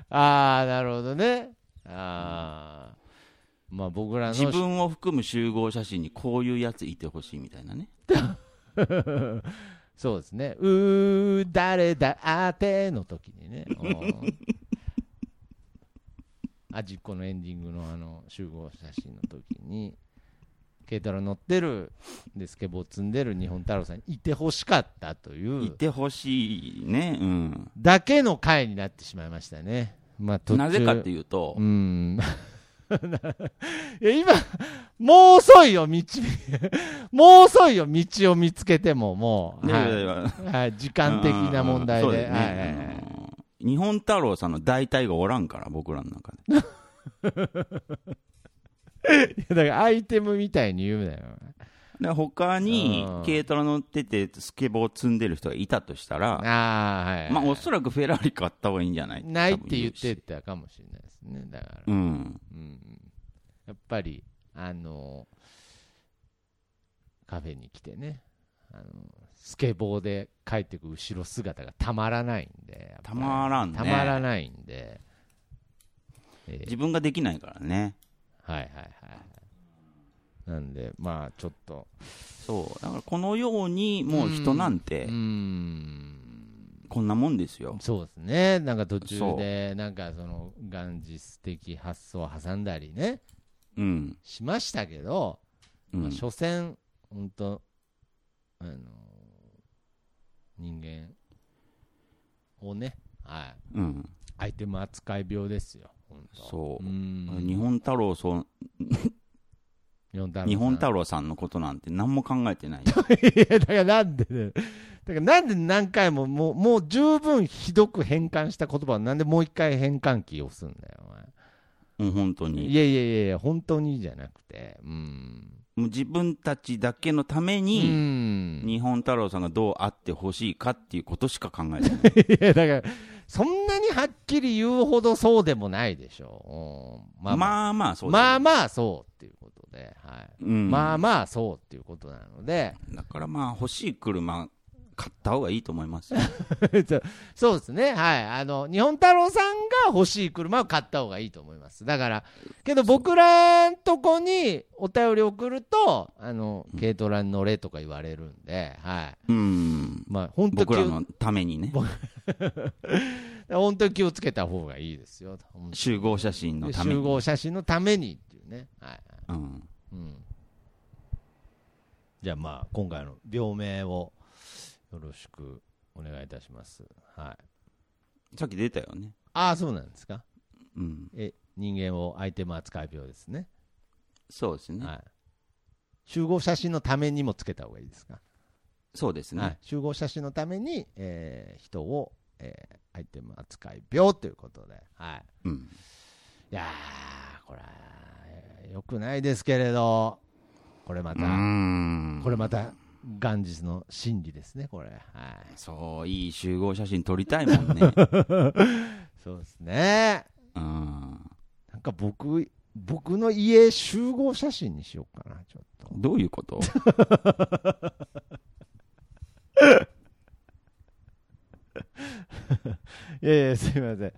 C: ああ、なるほどね。ああ。まあ僕らの
D: 自分を含む集合写真にこういうやついてほしいみたいなね。
C: そうですね。うー、誰だあての時に
D: <laughs>
C: ね。うんあじっこのエンディングのあの集合写真の時に、軽トラ乗ってる、で、スケボー積んでる日本太郎さんにいてほしかったとい、
D: いうてほしいね。うん。
C: だけの回になってしまいましたね。まあ途中
D: なぜかって
C: う
D: いうと、
C: ーん。 <laughs> いや今、もう遅いよ、道。 <laughs> もう遅いよ、道を見つけても、もう。
D: で
C: はいはい、時間的な問題
D: うん
C: で。
D: そうだよね
C: はいはいはい
D: うん日本太郎さんの大体がおらんから、僕らの中で。
C: いやだからアイテムみたいに言うなよ。
D: で他に
C: うん
D: 軽トラ乗っててスケボー積んでる人がいたとしたら、
C: ああ、はい、
D: まあ、おそらくフェラーリ買った方がいいんじゃない
C: ないって言っ
D: 多分言
C: て
D: うし
C: たかもしれないですね、だから、
D: うん。
C: うん、やっぱり、あのカフェに来てね、あのスケボーで帰ってく後ろ姿がたまらないんで、やっぱ
D: た
C: り
D: まらんね。
C: たまらないんで、えー
D: 自分ができないからね。
C: はいはいはいはい。なんで、まあちょっと、
D: そう。だからこのように、もう人なんて
C: うー、ん、
D: こんなもんですよ。
C: そうですね、なんか途中
D: そ
C: で、なんかその、ガンジス的発想を挟んだりね、
D: うん。
C: しましたけど、
D: う
C: まあ、
D: ん。
C: 所詮、本当、あの人間をね、はい、
D: うん。
C: アイテム扱い病ですよ、本当。
D: そう
C: う。ん
D: 日本太郎そう日本太郎さんのことなんて何も考えてな
C: <laughs>
D: い。
C: いや、だからなんでね、だからなんで何回ももう、もう十分ひどく変換した言葉をなんでもう一回変換器を押すんだよ、お
D: もう本当
C: 前。
D: に。
C: いやいやいやいや、本当にじゃなくて、うん。
D: もう自分たちだけのため
C: う
D: に、
C: ん。 <laughs> い
D: 日本太郎さんがどうあってほしいかっていうことしか考えてない。
C: や、だから、そんなにはっきり言うほどそうでもないでしょう。うんま
D: ま
C: あま
D: あ
C: あ、
D: まあ、
C: そ
D: そうう
C: まあ
D: だね
C: まあそうっていうことで、はい。
D: うん。
C: まあまあそうっていうことなので、
D: だからまあ、欲しい車、買った方がいいと思
C: <laughs>
D: いますよ。
C: そうそうですね、はい、あの日本太郎さんが欲しい車を買った方がいいと思います。だから、けど僕らんとこにお便り送ると、あの
D: うん
C: 軽トラに乗れとか言われるんで、はい
D: うん。
C: まあ、本当
D: 僕
C: 気
D: ら
C: を
D: のためにね。
C: 本当に気をつけた方がいいですよ、本当に
D: 集合写真のため
C: 集
D: に。
C: 合写真のためにっていうね。はい
D: うん。
C: うん、じゃあ、まあ今回の病名をよろしくお願いいたします。はい、
D: さっき出たよね。
C: ああ、そうなんですか。
D: うん。
C: え人間をアイテム扱い病ですね。
D: そうですね。
C: はい、集合写真のためにもつけた方がいいですか、
D: そうです
C: はい
D: ね。、
C: 集合写真のために、えー人を、えーアイテム扱い病ということで、はい、
D: うん。
C: いやーこれはよくないですけれどこれま
D: う
C: た、
D: ん。
C: これまた元日の真理ですねこれはい
D: そう、いい集合写真撮りたいもんね。
C: <laughs> そうですね
D: うん。
C: なんか僕僕の家集合写真にしようかなちょっと
D: どういう
C: <laughs>
D: こと
C: いやいやすいません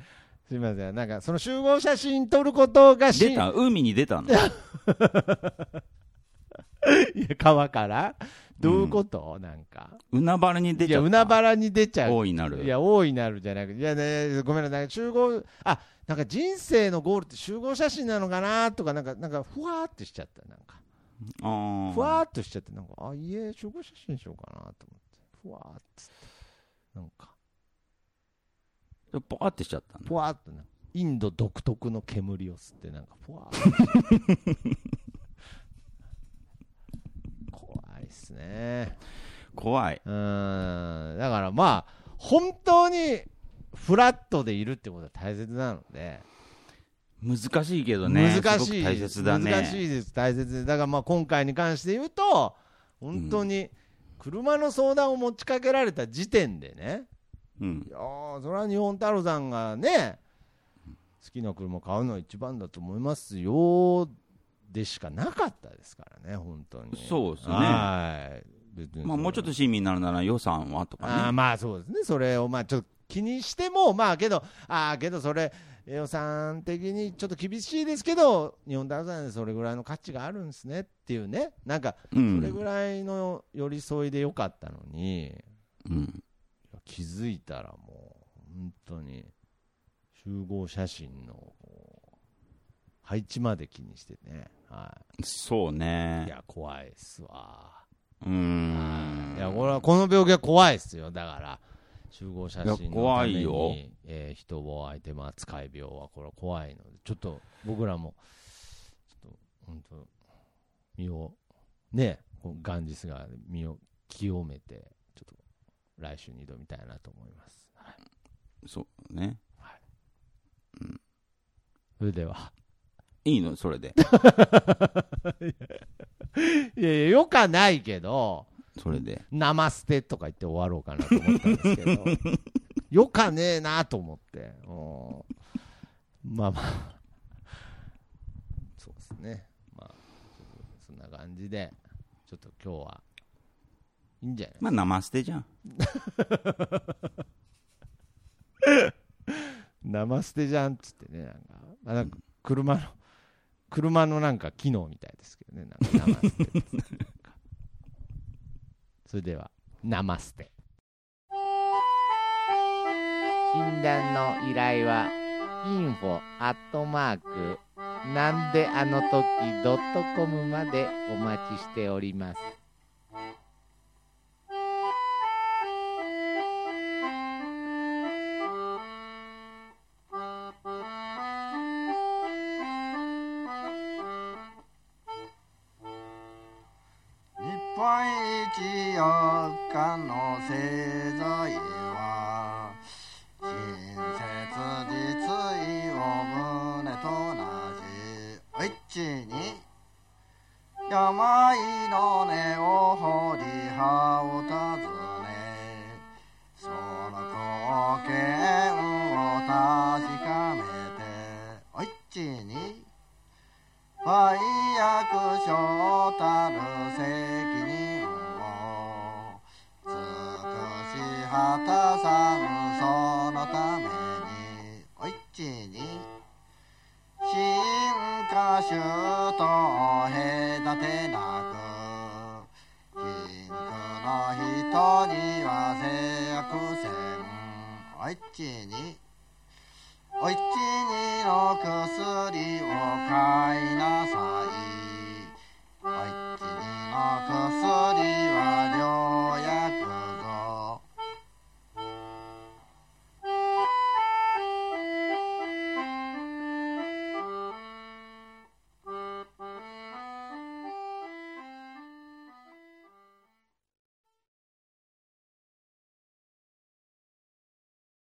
C: すいませんなんかその集合写真撮ることが真
D: 出た海に出
C: <laughs>
D: たの
C: いや川からどういうこと、なんか。
D: 海原に出
C: い
D: ち
C: や、
D: ゃった。
C: 海原に出ちゃう。
D: 大いなる。
C: いや、大いなるじゃなくて、いやね、ごめんなさい、なんか集合、あなんか人生のゴールって集合写真なのかなとか、なんか、なんかふわーってしちゃった、なんか、
D: あー
C: ふわーっとしちゃって、なんか、あ、いえ、集合写真しようかなと思って、ふわーっつって、なんか、
D: ぽわってしちゃったの。
C: ふわーっとなんかインド独特の煙を吸って、なんか、ふわーっと。
D: <laughs>
C: 怖いっすね。
D: 怖い。
C: うーんだからまあ、本当にフラットでいるってことは大切なので、
D: 難しいけどね。
C: 難
D: す
C: し
D: ご
C: い
D: く大切だね。
C: 難しいです、大切ですだからまあ今回に関して言うと、本当に車の相談を持ちかけられた時点でね、
D: うん
C: い。やーそれは日本太郎さんがね、好きな車買うのが一番だと思いますよでしかなかったですからね、本当に。
D: そうですね
C: はい別に
D: まあ、もうちょっと親身になるなら予算はと
C: あ
D: か
C: ー
D: ね。
C: まあそうですね、それをまあちょっと気にしても、まあけど、ああ、けどそれ、予算的にちょっと厳しいですけど、日本大さんそれぐらいの価値があるんですねっていうね、なんか、
D: う
C: それぐ
D: ん。
C: らいの寄り添いでよかったのに、
D: うん。
C: 気づいたらもう、本当に、集合写真のこう配置まで気にしてね、は
D: そう
C: い、い
D: ね。
C: や、怖いっすわ。
D: うー
C: いや、
D: ん。
C: これは、この病気は怖いですよ。だから、集合写真のために
D: いや怖いよ
C: えー人を相手も扱い病は、これは怖いので、ちょっと、僕らも、ちょっと、本当身を、ね、このガンジス川で身を清めて、ちょっと、来週に挑みたいなと思います。はい
D: そうね。
C: それでは。 <laughs>
D: いいのそれで。
C: いやいや、よかないけど、
D: それで。
C: ナマステとか言って終わろうかなと思ったんですけど、よかねえなと思って、うんまあまあ、ね、まあ、ちょっとそんな感じで、ちょっと今日は、いいんじゃない
D: まあ、生捨てじゃん。
C: 生捨てじゃんっつってね、なんか、まあ、なんか車の、車のなんか機能みたいですけどね、なんか生捨てっつってなんかそれでは、生捨て。診断の依頼は、info アットマーク、なんであの時ドットコムまでお待ちしております。
E: 日本一四日の製材は親切実意を胸と同じ一に病の根を掘り葉を尋ねその貢献を確かめて一に売約所たる責任を尽くし果たさぬそのためにおいちに進化種と隔てなく貧苦の人には制約せんおいちにおいちにの薬を買いなさ